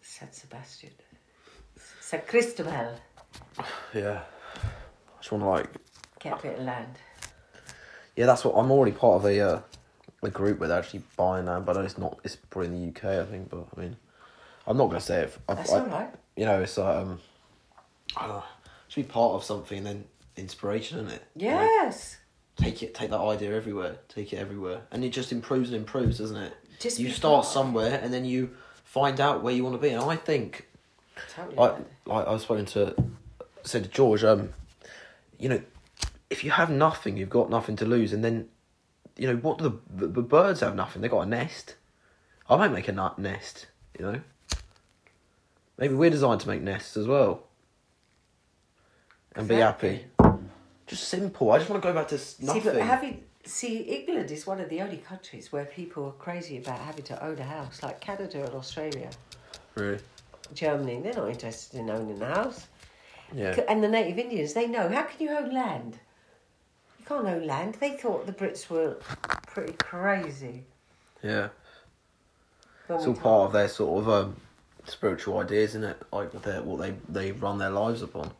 [SPEAKER 2] San Sebastian, San Cristobal,
[SPEAKER 1] Yeah. I just want to like.
[SPEAKER 2] get a bit of land.
[SPEAKER 1] Yeah, that's what I'm already part of a uh, a group with actually buying land, but it's not. It's probably in the UK, I think. But I mean, I'm not gonna say it. I,
[SPEAKER 2] That's
[SPEAKER 1] I-
[SPEAKER 2] all right.
[SPEAKER 1] You know, it's like, um, I don't know. Should be part of something and then inspiration, isn't it? Like,
[SPEAKER 2] Yes.
[SPEAKER 1] take it take that idea everywhere take it everywhere and it just improves and improves doesn't it
[SPEAKER 2] Just
[SPEAKER 1] you
[SPEAKER 2] be
[SPEAKER 1] start
[SPEAKER 2] part.
[SPEAKER 1] somewhere and then you find out where you want to be and i think
[SPEAKER 2] Totally.
[SPEAKER 1] like like i was spoken to said to george um you know if you have nothing you've got nothing to lose and then you know what do the the, the birds have nothing they got a nest I might make a nut nest, you know? Maybe we're designed to make nests as well. And be happy.
[SPEAKER 2] Exactly.
[SPEAKER 1] Just simple. I just want to go back to s-
[SPEAKER 2] See,
[SPEAKER 1] nothing.
[SPEAKER 2] but having see, England is one of the only countries where people are crazy about having to own a house, like Canada and Australia,
[SPEAKER 1] Really?
[SPEAKER 2] Germany. They're not interested in owning a house.
[SPEAKER 1] Yeah.
[SPEAKER 2] C- And the native Indians, they know. How can you own land? You can't own land. They thought the Brits were pretty crazy.
[SPEAKER 1] Yeah.
[SPEAKER 2] when
[SPEAKER 1] It's
[SPEAKER 2] we
[SPEAKER 1] all
[SPEAKER 2] told
[SPEAKER 1] part of their sort of um, spiritual ideas, isn't it? Like their, what they, they run their lives upon.
[SPEAKER 2] them.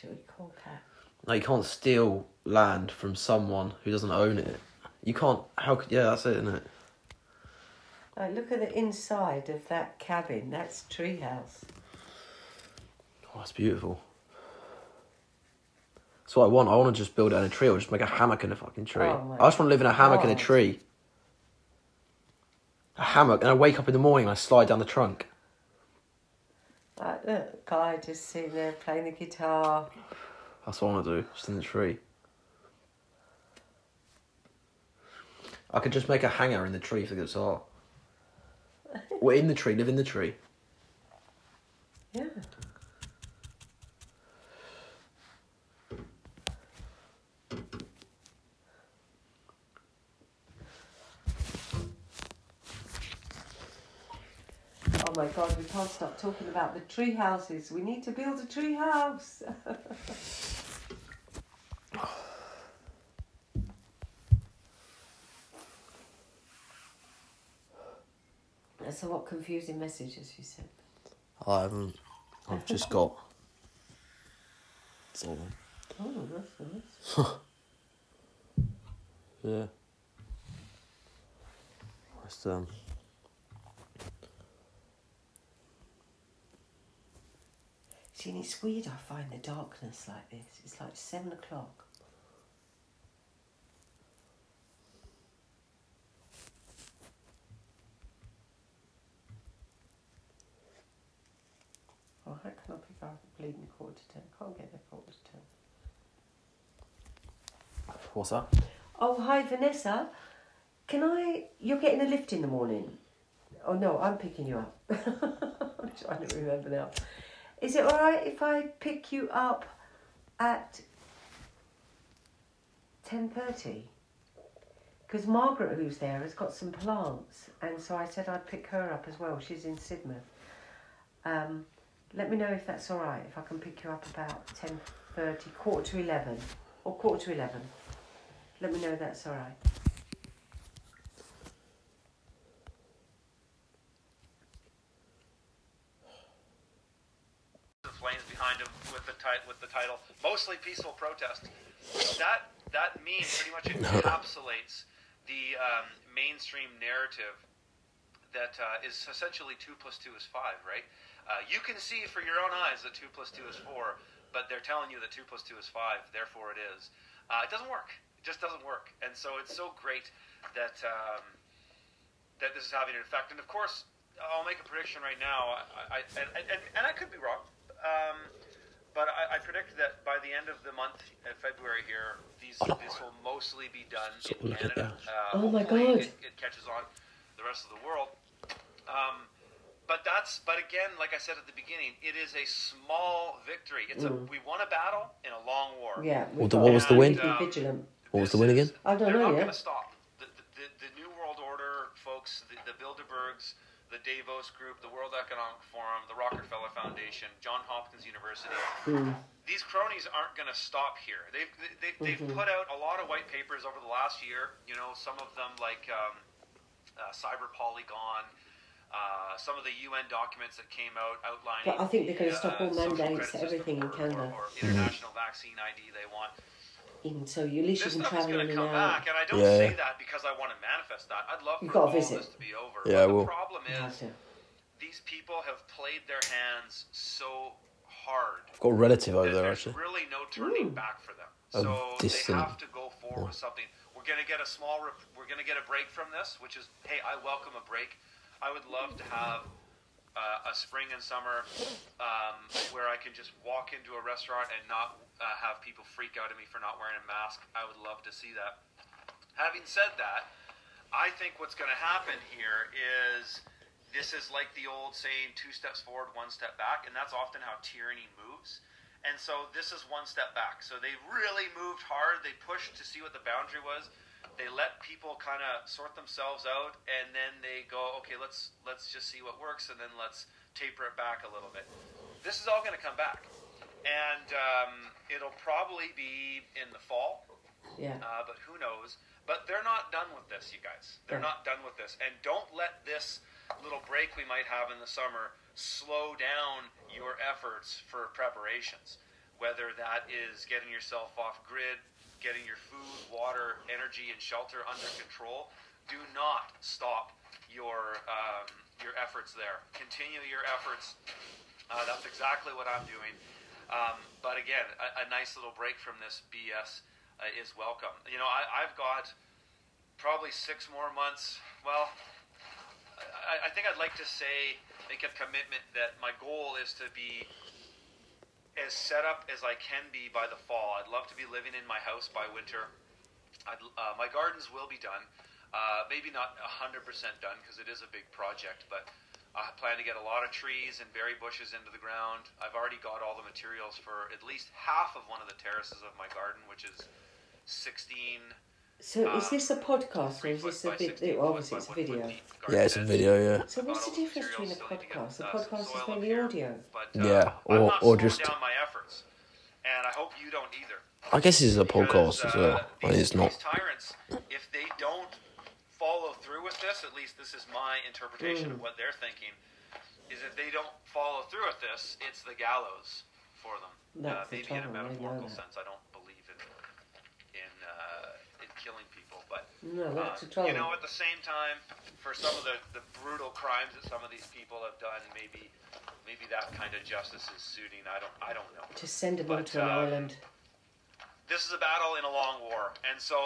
[SPEAKER 2] Should we call that?
[SPEAKER 1] Like you can't steal land from someone who doesn't own it. You can't. How could? Yeah, that's it, isn't it?
[SPEAKER 2] Like, look at the inside of that cabin. That's treehouse.
[SPEAKER 1] Oh, that's beautiful. That's what I want. I want to just build it in a tree, or just make a hammock in a fucking tree.
[SPEAKER 2] Oh my
[SPEAKER 1] I just want to live in a hammock in a
[SPEAKER 2] God.
[SPEAKER 1] tree. A hammock, and I wake up in the morning and I slide down the trunk.
[SPEAKER 2] Like, look, guy just sitting there playing the guitar.
[SPEAKER 1] That's what I want to do, just in the tree. I could just make a hanger in the tree for the guitar. We're in the tree, live in the tree.
[SPEAKER 2] Yeah. Oh my god, we can't stop talking about the tree houses. We need to build a tree house. so, what confusing messages you sent?
[SPEAKER 1] I haven't. Um, I've just got. It's all.
[SPEAKER 2] Oh, that's nice.
[SPEAKER 1] Yeah. Just, um.
[SPEAKER 2] See, and it's weird I find the darkness like this. It's like seven o'clock. Oh, how can I pick up a bleeding quarter to ten? Can't get there quarter to ten.
[SPEAKER 1] What's that?
[SPEAKER 2] Oh, hi Vanessa. Can I? You're getting a lift in the morning. Oh no, I'm picking you up. I'm trying to remember now. Is it all right if I pick you up at ten thirty? Because Margaret, who's there, has got some plants, and so I said I'd pick her up as well. She's in Sidmouth. Um, let me know if that's all right. If I can pick you up about ten thirty, quarter to eleven, or quarter to eleven. Let me know that's all right.
[SPEAKER 6] the flames behind him with the title with the title mostly peaceful protest. That that meme pretty much encapsulates the um, mainstream narrative that uh, is essentially two plus two is five, right? Uh, you can see for your own eyes that two plus two is four, but they're telling you that two plus two is five, therefore it is. Uh, it doesn't work. It just doesn't work. And so it's so great that. Um, that this is having an effect. And of course, I'll make a prediction right now. I, I, and, and, and I could be wrong, um, but I, I predict that by the end of the month in February here, these this will mostly be done
[SPEAKER 1] Sort of
[SPEAKER 6] in
[SPEAKER 1] look at
[SPEAKER 6] Canada. Uh,
[SPEAKER 2] Oh my
[SPEAKER 6] hopefully
[SPEAKER 2] God.
[SPEAKER 6] It, it catches on the rest of the world. Um, but that's but again, like I said at the beginning, it is a small victory. It's a we won a battle in a long war.
[SPEAKER 2] Yeah.
[SPEAKER 1] Well,
[SPEAKER 2] we've
[SPEAKER 1] the-
[SPEAKER 2] got
[SPEAKER 1] what was the
[SPEAKER 2] to
[SPEAKER 1] win?
[SPEAKER 2] Be vigilant.
[SPEAKER 1] What was the
[SPEAKER 6] This
[SPEAKER 1] win again?
[SPEAKER 6] is-
[SPEAKER 2] I don't
[SPEAKER 6] they're
[SPEAKER 2] know
[SPEAKER 6] not
[SPEAKER 2] yet.
[SPEAKER 6] going to stop. The, the, the New World Order folks, the, the Bilderbergs, the Davos Group, the World Economic Forum, the Rockefeller Foundation, John Hopkins University.
[SPEAKER 2] Hmm.
[SPEAKER 6] These cronies aren't going to stop here. They've, they, they, they've
[SPEAKER 2] Mm-hmm.
[SPEAKER 6] put out a lot of white papers over the last year. You know, some of them like um, uh, Cyber Polygon. Uh, some of the UN documents that came out outlining.
[SPEAKER 2] But I think they're gonna
[SPEAKER 6] the,
[SPEAKER 2] stop all
[SPEAKER 6] uh, social
[SPEAKER 2] mandates,
[SPEAKER 6] credit system
[SPEAKER 2] everything in
[SPEAKER 6] or- or-
[SPEAKER 2] Canada.
[SPEAKER 6] or
[SPEAKER 1] Mm-hmm.
[SPEAKER 6] international vaccine ID they want
[SPEAKER 2] In, so you at least you
[SPEAKER 6] this
[SPEAKER 2] can
[SPEAKER 6] stuff is
[SPEAKER 2] travel
[SPEAKER 6] going
[SPEAKER 2] in
[SPEAKER 6] to
[SPEAKER 2] and
[SPEAKER 6] come
[SPEAKER 2] out.
[SPEAKER 6] back, and I don't
[SPEAKER 1] Yeah.
[SPEAKER 6] say that because I want to manifest that. I'd love
[SPEAKER 2] You've
[SPEAKER 6] for
[SPEAKER 2] got a
[SPEAKER 6] all of
[SPEAKER 2] visit.
[SPEAKER 6] this to be over.
[SPEAKER 1] Yeah, I
[SPEAKER 6] but the
[SPEAKER 1] will.
[SPEAKER 6] problem
[SPEAKER 2] You have
[SPEAKER 6] is
[SPEAKER 2] to.
[SPEAKER 6] these people have played their hands so hard
[SPEAKER 1] I've got a relative over
[SPEAKER 6] that
[SPEAKER 1] there
[SPEAKER 6] there's
[SPEAKER 1] actually.
[SPEAKER 6] really no turning back for them.
[SPEAKER 1] A
[SPEAKER 6] So they
[SPEAKER 1] distant-
[SPEAKER 6] have to go forward with something. We're going to get a small. Rep- we're going to get a break from this, which is hey, I welcome a break. I would love to have uh, a spring and summer um, where I can just walk into a restaurant and not uh, have people freak out at me for not wearing a mask. I would love to see that. Having said that, think what's going to happen here is this is like the old saying, two steps forward, one step back, and that's often how tyranny moves. And so this is one step back. So they really moved hard. They pushed to see what the boundary was. They let people kind of sort themselves out, and then they go, okay, let's let's just see what works, and then let's taper it back a little bit. This is all going to come back, and um, it'll probably be in the fall.
[SPEAKER 2] Yeah.
[SPEAKER 6] Uh, but who knows? But they're not done with this, you guys. They're not done with this. And don't let this little break we might have in the summer slow down your efforts for preparations. Whether that is getting yourself off grid, getting your food, water, energy, and shelter under control, do not stop your um, your efforts there. Continue your efforts. Uh, that's exactly what I'm doing. Um, but again, a, a nice little break from this BS uh, is welcome. You know, I, I've got probably six more months. Well, I, I think I'd like to say, make a commitment that my goal is to be as set up as I can be by the fall. I'd love to be living in my house by winter. I'd, uh, my gardens will be done. Uh, maybe not 100% done because it is a big project, but I plan to get a lot of trees and berry bushes into the ground. I've already got all the materials for at least half of one of the terraces of my garden, which is 16
[SPEAKER 2] So is
[SPEAKER 6] Um,
[SPEAKER 2] this a podcast or
[SPEAKER 6] three
[SPEAKER 2] is
[SPEAKER 6] foot
[SPEAKER 2] this a
[SPEAKER 6] by
[SPEAKER 2] video? Well,
[SPEAKER 6] 16 foot by
[SPEAKER 2] oh, obviously, it's a
[SPEAKER 6] one foot
[SPEAKER 2] video.
[SPEAKER 6] deep garden
[SPEAKER 1] Yeah, it's a
[SPEAKER 6] bed.
[SPEAKER 1] video. Yeah.
[SPEAKER 2] So what's the difference between a podcast? A podcast is mainly audio.
[SPEAKER 6] uh, But, uh,
[SPEAKER 1] Yeah, or-
[SPEAKER 6] I'm not
[SPEAKER 1] or
[SPEAKER 6] slowing
[SPEAKER 1] just-
[SPEAKER 6] down my efforts, and I hope you don't either.
[SPEAKER 1] I guess this is a podcast
[SPEAKER 6] Because,
[SPEAKER 1] as
[SPEAKER 6] uh,
[SPEAKER 1] well. I mean,
[SPEAKER 6] these-
[SPEAKER 1] it's not.
[SPEAKER 6] These tyrants, if they don't follow through with this, at least this is my interpretation
[SPEAKER 2] Mm.
[SPEAKER 6] of what they're thinking, is if they don't follow through with this, it's the gallows for them. uh,
[SPEAKER 2] That's the
[SPEAKER 6] maybe in
[SPEAKER 2] trouble,
[SPEAKER 6] a
[SPEAKER 2] they know
[SPEAKER 6] metaphorical
[SPEAKER 2] that.
[SPEAKER 6] sense, I don't believe in in uh, in killing people, but
[SPEAKER 2] No,
[SPEAKER 6] uh,
[SPEAKER 2] that's the trouble.
[SPEAKER 6] you know, at the same time, for some of the, the brutal crimes that some of these people have done, maybe maybe that kind of justice is suiting. I don't I don't know
[SPEAKER 2] Just send them
[SPEAKER 6] But,
[SPEAKER 2] onto an
[SPEAKER 6] uh,
[SPEAKER 2] island.
[SPEAKER 6] this is a battle in a long war. And so,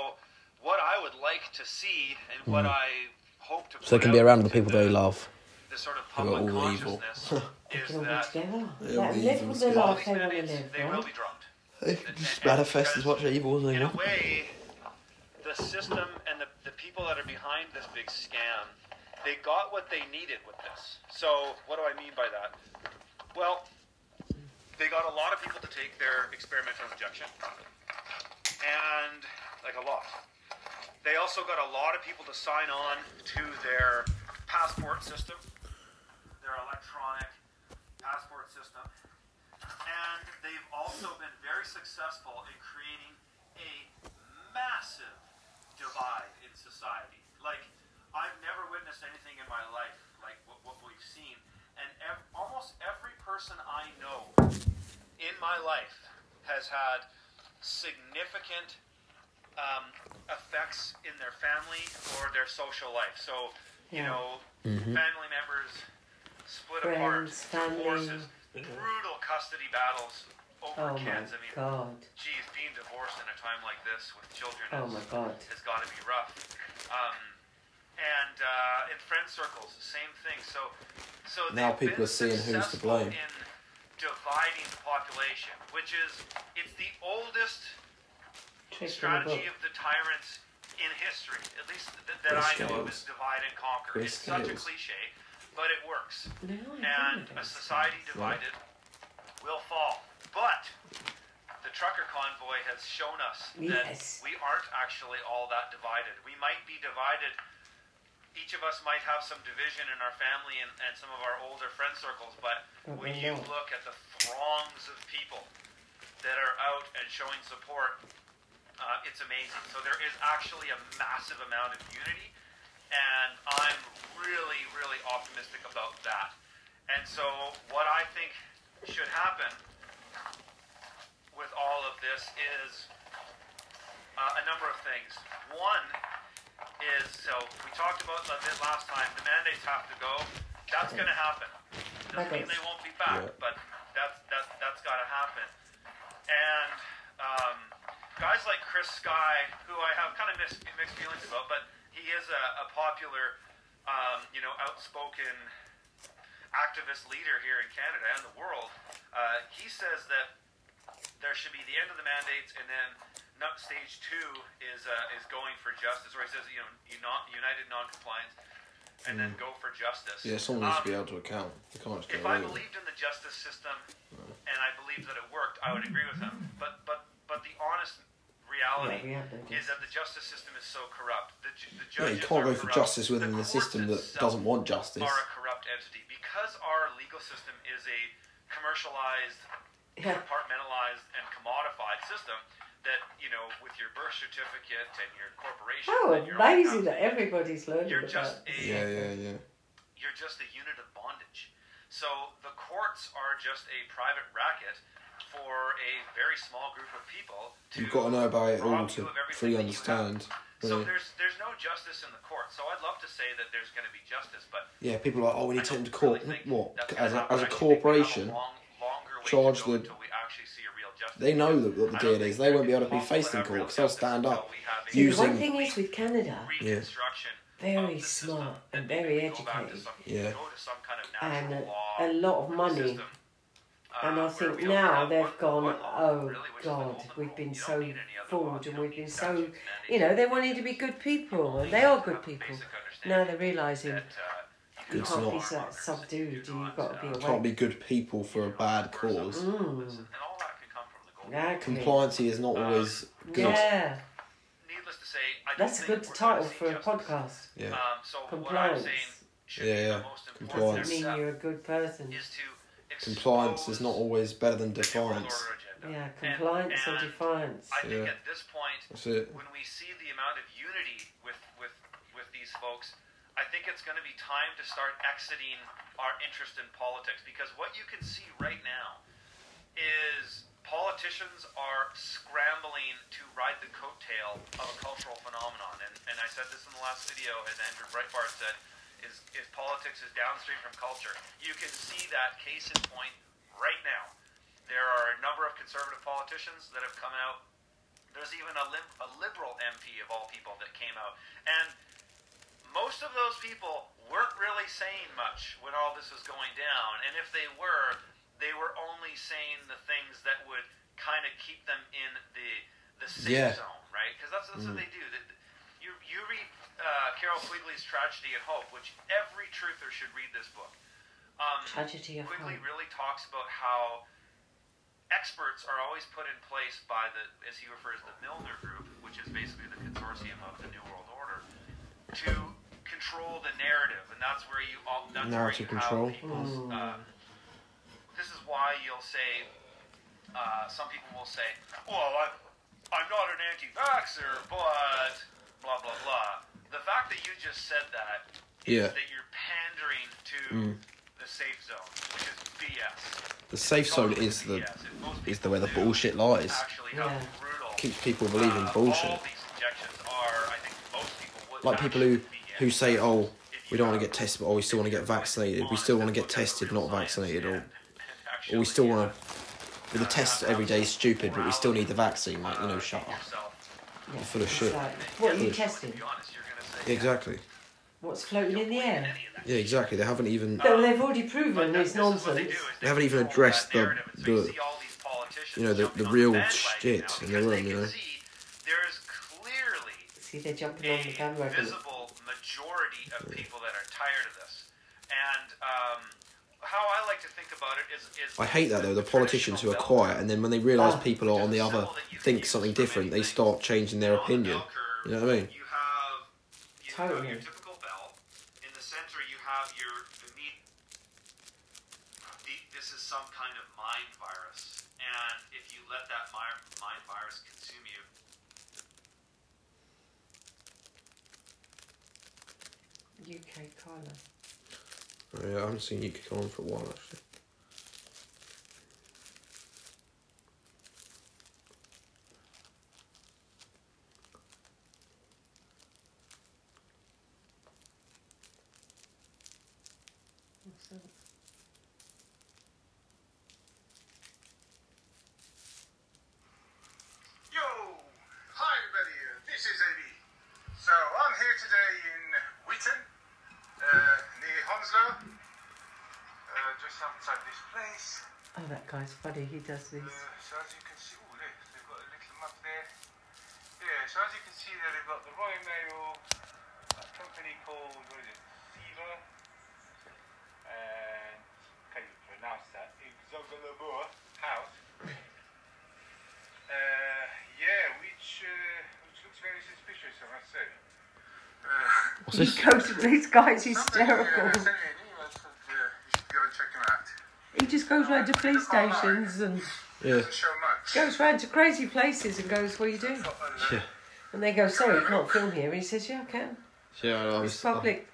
[SPEAKER 6] what I would like to see and what I hope to
[SPEAKER 1] Hmm. So they
[SPEAKER 6] put
[SPEAKER 1] can be
[SPEAKER 6] out
[SPEAKER 1] around the
[SPEAKER 6] into
[SPEAKER 1] people they love.
[SPEAKER 6] The sort of
[SPEAKER 1] who are
[SPEAKER 6] public
[SPEAKER 1] all evil.
[SPEAKER 6] consciousness is
[SPEAKER 2] Can all be
[SPEAKER 6] that
[SPEAKER 2] together.
[SPEAKER 1] Yeah,
[SPEAKER 2] Let them
[SPEAKER 1] we
[SPEAKER 2] live
[SPEAKER 1] even
[SPEAKER 2] with the
[SPEAKER 1] scale.
[SPEAKER 6] all
[SPEAKER 2] life
[SPEAKER 6] these
[SPEAKER 2] they want to
[SPEAKER 6] minutes,
[SPEAKER 2] live,
[SPEAKER 6] they will
[SPEAKER 2] right?
[SPEAKER 6] be dropped.
[SPEAKER 1] Just manifest as much evil as they
[SPEAKER 6] In a
[SPEAKER 1] want.
[SPEAKER 6] way, the system and the, the people that are behind this big scam, they got what they needed with this. So, what do I mean by that? Well, they got a lot of people to take their experimental injection, and like a lot. They also got a lot of people to sign on to their passport system, their electronic passport system, and they've also been very successful in creating a massive divide in society. Like, I've never witnessed anything in my life like what, what we've seen. And ev- almost every person I know in my life has had significant um, effects in their family or their social life. So, you
[SPEAKER 2] Yeah.
[SPEAKER 6] know, family members split apart,
[SPEAKER 2] Friends,
[SPEAKER 6] divorces,
[SPEAKER 2] family.
[SPEAKER 6] brutal custody battles
[SPEAKER 2] Oh
[SPEAKER 6] over
[SPEAKER 2] my
[SPEAKER 6] kids. I mean,
[SPEAKER 2] god.
[SPEAKER 6] geez, being divorced in a time like this with children
[SPEAKER 2] Oh
[SPEAKER 6] is,
[SPEAKER 2] my god.
[SPEAKER 6] has got to be rough. Um, and uh, in friend circles, same thing. So, so
[SPEAKER 1] Now
[SPEAKER 6] they've
[SPEAKER 1] people are
[SPEAKER 6] been
[SPEAKER 1] seeing who's to
[SPEAKER 6] successful
[SPEAKER 1] blame.
[SPEAKER 6] In dividing the population, which is it's the oldest
[SPEAKER 2] Trick from the book.
[SPEAKER 6] strategy of the tyrants in history, at least th- that I
[SPEAKER 1] Chris
[SPEAKER 6] know of,
[SPEAKER 1] Scales.
[SPEAKER 6] is divide and conquer.
[SPEAKER 1] Chris
[SPEAKER 6] It's such a
[SPEAKER 1] Scales.
[SPEAKER 6] cliche, but it works
[SPEAKER 2] No, I
[SPEAKER 6] and
[SPEAKER 2] don't
[SPEAKER 6] a society divided will fall. But the trucker convoy has shown us that
[SPEAKER 2] Yes.
[SPEAKER 6] we aren't actually all that divided. We might be divided. Each of us might have some division in our family and, and some of our older friend circles, but
[SPEAKER 2] But
[SPEAKER 6] when
[SPEAKER 2] we
[SPEAKER 6] you
[SPEAKER 2] won't.
[SPEAKER 6] look at the throngs of people that are out and showing support, uh, it's amazing. So there is actually a massive amount of unity, and I'm really, really optimistic about that. And so what I think should happen with all of this is uh, a number of things. One is so we talked about it last time. The mandates have to go. That's going to happen. Doesn't mean they won't be back,
[SPEAKER 1] Yeah.
[SPEAKER 6] but that's that that's got to happen. And um, guys like Chris Sky, who I have kind of mixed, mixed feelings about, but he is a, a popular, um, you know, outspoken activist leader here in Canada and the world. Uh, he says that there should be the end of the mandates and then no, stage two is uh, is going for justice, where he says, you know, uni- united noncompliance, and then go for justice.
[SPEAKER 1] Yeah, someone needs to be
[SPEAKER 6] Um,
[SPEAKER 1] able to account. They can't just
[SPEAKER 6] if
[SPEAKER 1] go
[SPEAKER 6] I
[SPEAKER 1] in.
[SPEAKER 6] believed in the justice system and I believed that it worked, I would agree with him. But but but the honest reality
[SPEAKER 4] Yeah, we have been
[SPEAKER 6] is that the justice system is so corrupt. The, ju- the
[SPEAKER 1] Yeah, you
[SPEAKER 6] judges
[SPEAKER 1] can't
[SPEAKER 6] are
[SPEAKER 1] go for
[SPEAKER 6] corrupt.
[SPEAKER 1] justice within the
[SPEAKER 6] courts
[SPEAKER 1] system that
[SPEAKER 6] itself
[SPEAKER 1] doesn't want justice.
[SPEAKER 6] Are a corrupt entity because our legal system is a commercialized,
[SPEAKER 4] Yeah.
[SPEAKER 6] compartmentalized, and commodified system. That you know, with your birth certificate and your corporation.
[SPEAKER 4] How
[SPEAKER 6] and your all
[SPEAKER 4] amazing
[SPEAKER 6] kinds
[SPEAKER 4] that
[SPEAKER 6] of-
[SPEAKER 4] everybody's learning
[SPEAKER 6] You're
[SPEAKER 4] about
[SPEAKER 6] just a
[SPEAKER 1] Yeah, yeah, yeah.
[SPEAKER 6] you're just a unit of bondage. So the courts are just a private racket for a very small group of people. To
[SPEAKER 1] You've got to know about it all
[SPEAKER 6] rob
[SPEAKER 1] to
[SPEAKER 6] you of everything
[SPEAKER 1] fully
[SPEAKER 6] that you
[SPEAKER 1] understand.
[SPEAKER 6] have. So
[SPEAKER 1] Yeah.
[SPEAKER 6] there's there's no justice in the court. So I'd love to say that there's going to be justice, but
[SPEAKER 1] Yeah, people are like, oh, we
[SPEAKER 6] I
[SPEAKER 1] need to take them to court.
[SPEAKER 6] don't really think
[SPEAKER 1] What?
[SPEAKER 6] that's gonna
[SPEAKER 1] As a, as a
[SPEAKER 6] happen. I actually think we have
[SPEAKER 1] corporation,
[SPEAKER 6] a long- longer way to
[SPEAKER 1] charge
[SPEAKER 6] go
[SPEAKER 1] the-
[SPEAKER 6] until we actually see a real justice.
[SPEAKER 1] they know that what the
[SPEAKER 6] I don't
[SPEAKER 1] deal is.
[SPEAKER 6] think
[SPEAKER 1] They won't
[SPEAKER 6] that
[SPEAKER 1] be able
[SPEAKER 6] it's
[SPEAKER 1] to be
[SPEAKER 6] possible
[SPEAKER 1] faced in
[SPEAKER 6] have
[SPEAKER 1] court
[SPEAKER 6] real
[SPEAKER 1] because they'll
[SPEAKER 6] justice
[SPEAKER 1] stand
[SPEAKER 6] until
[SPEAKER 1] up.
[SPEAKER 6] we have a
[SPEAKER 4] See, the
[SPEAKER 1] using-
[SPEAKER 4] one thing is with Canada,
[SPEAKER 6] reconstruction
[SPEAKER 4] Very
[SPEAKER 6] of the system
[SPEAKER 4] smart
[SPEAKER 6] that
[SPEAKER 4] and
[SPEAKER 6] we
[SPEAKER 4] very
[SPEAKER 6] can go back to
[SPEAKER 4] educated.
[SPEAKER 6] some-
[SPEAKER 1] Yeah.
[SPEAKER 6] go to some kind of
[SPEAKER 4] And
[SPEAKER 6] natural
[SPEAKER 4] a-
[SPEAKER 6] law
[SPEAKER 4] um, a lot of money.
[SPEAKER 6] system, uh,
[SPEAKER 4] and I
[SPEAKER 6] where
[SPEAKER 4] think
[SPEAKER 6] we only
[SPEAKER 4] now
[SPEAKER 6] have
[SPEAKER 4] they've
[SPEAKER 6] one-
[SPEAKER 4] gone,
[SPEAKER 6] one law,
[SPEAKER 4] oh
[SPEAKER 6] really, which is the
[SPEAKER 4] God,
[SPEAKER 6] golden
[SPEAKER 4] we've
[SPEAKER 6] rule.
[SPEAKER 4] been
[SPEAKER 6] You don't
[SPEAKER 4] so
[SPEAKER 6] need any other law,
[SPEAKER 4] fooled
[SPEAKER 6] you
[SPEAKER 4] and
[SPEAKER 6] don't
[SPEAKER 4] we've
[SPEAKER 6] need
[SPEAKER 4] been so,
[SPEAKER 6] statutes,
[SPEAKER 4] you know, they
[SPEAKER 6] mandates,
[SPEAKER 4] wanted to be good people and
[SPEAKER 6] police,
[SPEAKER 4] they are
[SPEAKER 6] you
[SPEAKER 4] good
[SPEAKER 6] have a
[SPEAKER 4] people.
[SPEAKER 6] basic
[SPEAKER 4] Now
[SPEAKER 6] understanding
[SPEAKER 4] they're realising
[SPEAKER 6] that, uh, you
[SPEAKER 1] Good
[SPEAKER 6] don't
[SPEAKER 1] law.
[SPEAKER 4] can't be
[SPEAKER 6] harm
[SPEAKER 4] so
[SPEAKER 6] others,
[SPEAKER 4] subdued,
[SPEAKER 6] you
[SPEAKER 4] you've
[SPEAKER 6] do not,
[SPEAKER 4] got to be Mm.
[SPEAKER 6] uh,
[SPEAKER 4] aware.
[SPEAKER 1] Can't be good people for a bad cause.
[SPEAKER 6] And all that can come from the golden rule.
[SPEAKER 4] Exactly.
[SPEAKER 1] Compliancy is
[SPEAKER 6] Uh,
[SPEAKER 1] not always good.
[SPEAKER 4] Yeah,
[SPEAKER 6] Needless to say, I don't
[SPEAKER 4] that's a
[SPEAKER 6] think
[SPEAKER 4] good
[SPEAKER 6] we're gonna
[SPEAKER 4] title
[SPEAKER 6] see
[SPEAKER 4] for a
[SPEAKER 6] justice.
[SPEAKER 4] podcast.
[SPEAKER 1] Yeah.
[SPEAKER 6] Um, so what I'm
[SPEAKER 4] Compliance.
[SPEAKER 6] saying should
[SPEAKER 1] Yeah,
[SPEAKER 6] be
[SPEAKER 1] yeah.
[SPEAKER 6] the most important
[SPEAKER 1] Compliance.
[SPEAKER 4] Doesn't mean
[SPEAKER 6] step
[SPEAKER 4] you're a good person.
[SPEAKER 6] is to
[SPEAKER 1] Compliance
[SPEAKER 6] expose
[SPEAKER 1] is not always better than
[SPEAKER 6] the New World
[SPEAKER 1] defiance.
[SPEAKER 6] Order agenda.
[SPEAKER 4] Yeah,
[SPEAKER 6] And-
[SPEAKER 4] compliance or
[SPEAKER 6] and
[SPEAKER 4] defiance.
[SPEAKER 6] I think
[SPEAKER 1] Yeah.
[SPEAKER 6] at this point,
[SPEAKER 1] That's it.
[SPEAKER 6] when we see the amount of unity with with with these folks, I think it's going to be time to start exiting our interest in politics because what you can see right now is politicians are scrambling to ride the coattail of a cultural phenomenon. And, and I said this in the last video, and Andrew Breitbart said, is, is politics is downstream from culture. You can see that case in point right now. There are a number of conservative politicians that have come out. There's even a, lib- a liberal MP of all people that came out. And most of those people weren't really saying much when all this was going down, and if they were, they were only saying the things that would kind of keep them in the the safe
[SPEAKER 1] Yeah.
[SPEAKER 6] zone, right? Because that's, that's what they do. That you you read uh, Carol Quigley's Tragedy and Hope, which every truther should read this book. Um,
[SPEAKER 4] Tragedy of
[SPEAKER 6] Quigley
[SPEAKER 4] Hope.
[SPEAKER 6] really talks about how experts are always put in place by the, as he refers, the Milner Group, which is basically the consortium of the New World Order, to control the narrative, and that's where you all that's
[SPEAKER 1] Narrative
[SPEAKER 6] where you
[SPEAKER 1] control.
[SPEAKER 6] Have people's,
[SPEAKER 4] Hmm.
[SPEAKER 6] uh, this is why you'll say uh, some people will say, "Well, I'm, I'm not an anti-vaxxer, but blah blah blah." The fact that you just said that is
[SPEAKER 1] Yeah.
[SPEAKER 6] that you're pandering to the safe zone, which is BS.
[SPEAKER 1] The safe zone is the is the where the bullshit lies.
[SPEAKER 4] Yeah.
[SPEAKER 1] Keeps
[SPEAKER 6] uh,
[SPEAKER 1] people believing bullshit. Like people who who say, oh, we don't want to get tested, but oh, we still want to get vaccinated. We still want to get tested, not vaccinated, or or we still want to. The test every day is stupid, but we still need the vaccine. Like you know, shut up.
[SPEAKER 4] Yeah,
[SPEAKER 1] full of shit.
[SPEAKER 4] exactly. What are you
[SPEAKER 1] Full of shit.
[SPEAKER 4] testing?
[SPEAKER 1] Exactly.
[SPEAKER 4] What's floating in the air?
[SPEAKER 1] Yeah, exactly. They haven't even.
[SPEAKER 6] Uh,
[SPEAKER 4] No, they've already
[SPEAKER 6] But
[SPEAKER 4] proven
[SPEAKER 6] that-
[SPEAKER 4] it's
[SPEAKER 6] this is what
[SPEAKER 4] nonsense.
[SPEAKER 6] do, is
[SPEAKER 1] They haven't even
[SPEAKER 6] control
[SPEAKER 1] addressed
[SPEAKER 6] that
[SPEAKER 1] the-
[SPEAKER 6] narrative, and so you
[SPEAKER 1] the-
[SPEAKER 6] see all these politicians
[SPEAKER 1] you know, the-
[SPEAKER 6] jumping
[SPEAKER 1] the
[SPEAKER 6] on
[SPEAKER 1] real
[SPEAKER 6] bandwagon
[SPEAKER 1] shit
[SPEAKER 6] now
[SPEAKER 1] in the
[SPEAKER 6] because they
[SPEAKER 1] room, you
[SPEAKER 6] can
[SPEAKER 1] know.
[SPEAKER 6] see there is clearly
[SPEAKER 4] See, they're jumping on the
[SPEAKER 6] a
[SPEAKER 4] bandwagon.
[SPEAKER 6] visible majority of people that are tired of this, and um, how I like to think about it is, is
[SPEAKER 1] I hate that though. The politicians who are
[SPEAKER 6] traditional
[SPEAKER 1] quiet, and then when they realise
[SPEAKER 4] Ah.
[SPEAKER 1] people are on the other think something different, they start changing their
[SPEAKER 6] On the
[SPEAKER 1] opinion.
[SPEAKER 6] bell curve,
[SPEAKER 1] You know what I mean?
[SPEAKER 6] You have you have
[SPEAKER 4] Totally.
[SPEAKER 6] your typical bell. In the center, you have your immediate. The, this is some kind of mind virus, and if you let that mi- mind virus consume you,
[SPEAKER 4] UK Carla.
[SPEAKER 1] Oh, yeah, I haven't seen UK Colin for a while actually.
[SPEAKER 4] What's that?
[SPEAKER 7] Yo! Hi everybody, uh, this is AB. So I'm here today in Witten, uh, near Hounslow, uh, just outside this place.
[SPEAKER 4] Oh, that guy's funny. He does these.
[SPEAKER 7] Uh, so as you can see, oh look, they've got a little map there. they've got the Royal Mail, a company called, what is it, Siva, and can you pronounce that? Ixogalabua House. Uh, yeah, which, uh, which looks very suspicious, I must say. Uh,
[SPEAKER 1] What's this?
[SPEAKER 2] Go to these guys,
[SPEAKER 7] Somebody, uh,
[SPEAKER 2] hysterical.
[SPEAKER 7] sent me an email, said, uh, you should go and check him out.
[SPEAKER 2] He just goes round to police stations and
[SPEAKER 1] Yeah.
[SPEAKER 7] Doesn't show much.
[SPEAKER 2] goes round to crazy places and goes, "What are you doing?"
[SPEAKER 7] But, uh,
[SPEAKER 1] Yeah.
[SPEAKER 2] And they go, "Sorry, you can't film here." And he says, "Yeah, I can.
[SPEAKER 1] Yeah, I um, know.
[SPEAKER 2] It's public."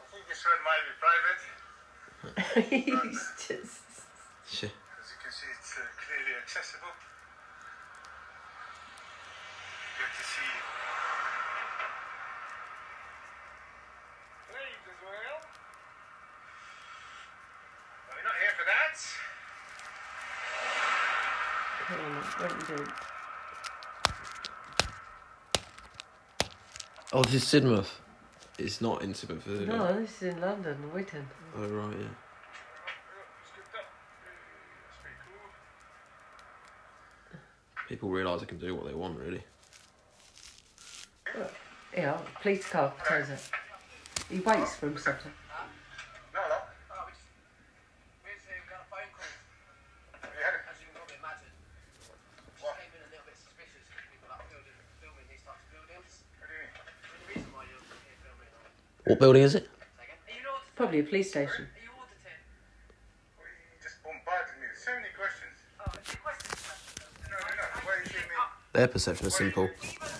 [SPEAKER 7] I think this one might be private.
[SPEAKER 2] He's just
[SPEAKER 1] oh, Shit.
[SPEAKER 7] As you can see, it's uh, clearly accessible. Good to see you. Blades as well. Well, we're not here for that.
[SPEAKER 2] Hang on, what are you doing?
[SPEAKER 1] Oh, this is Sidmouth. It's not in Sidmouth, is it?
[SPEAKER 2] No, this is in London, Witten.
[SPEAKER 1] Oh, right, yeah.
[SPEAKER 7] Oh, it's good up. Hey, That's pretty cool.
[SPEAKER 1] People realise they can do what they want, really.
[SPEAKER 2] Yeah, police car turns up. He waits for him sometimes.
[SPEAKER 7] No, no. Yeah. What do you mean?
[SPEAKER 1] What building is it?
[SPEAKER 2] Probably a police station.
[SPEAKER 7] Well, you just bombarded me with so many questions. No, no, no. Why are you doing me?
[SPEAKER 1] Their perception is simple.
[SPEAKER 7] Why are you doing-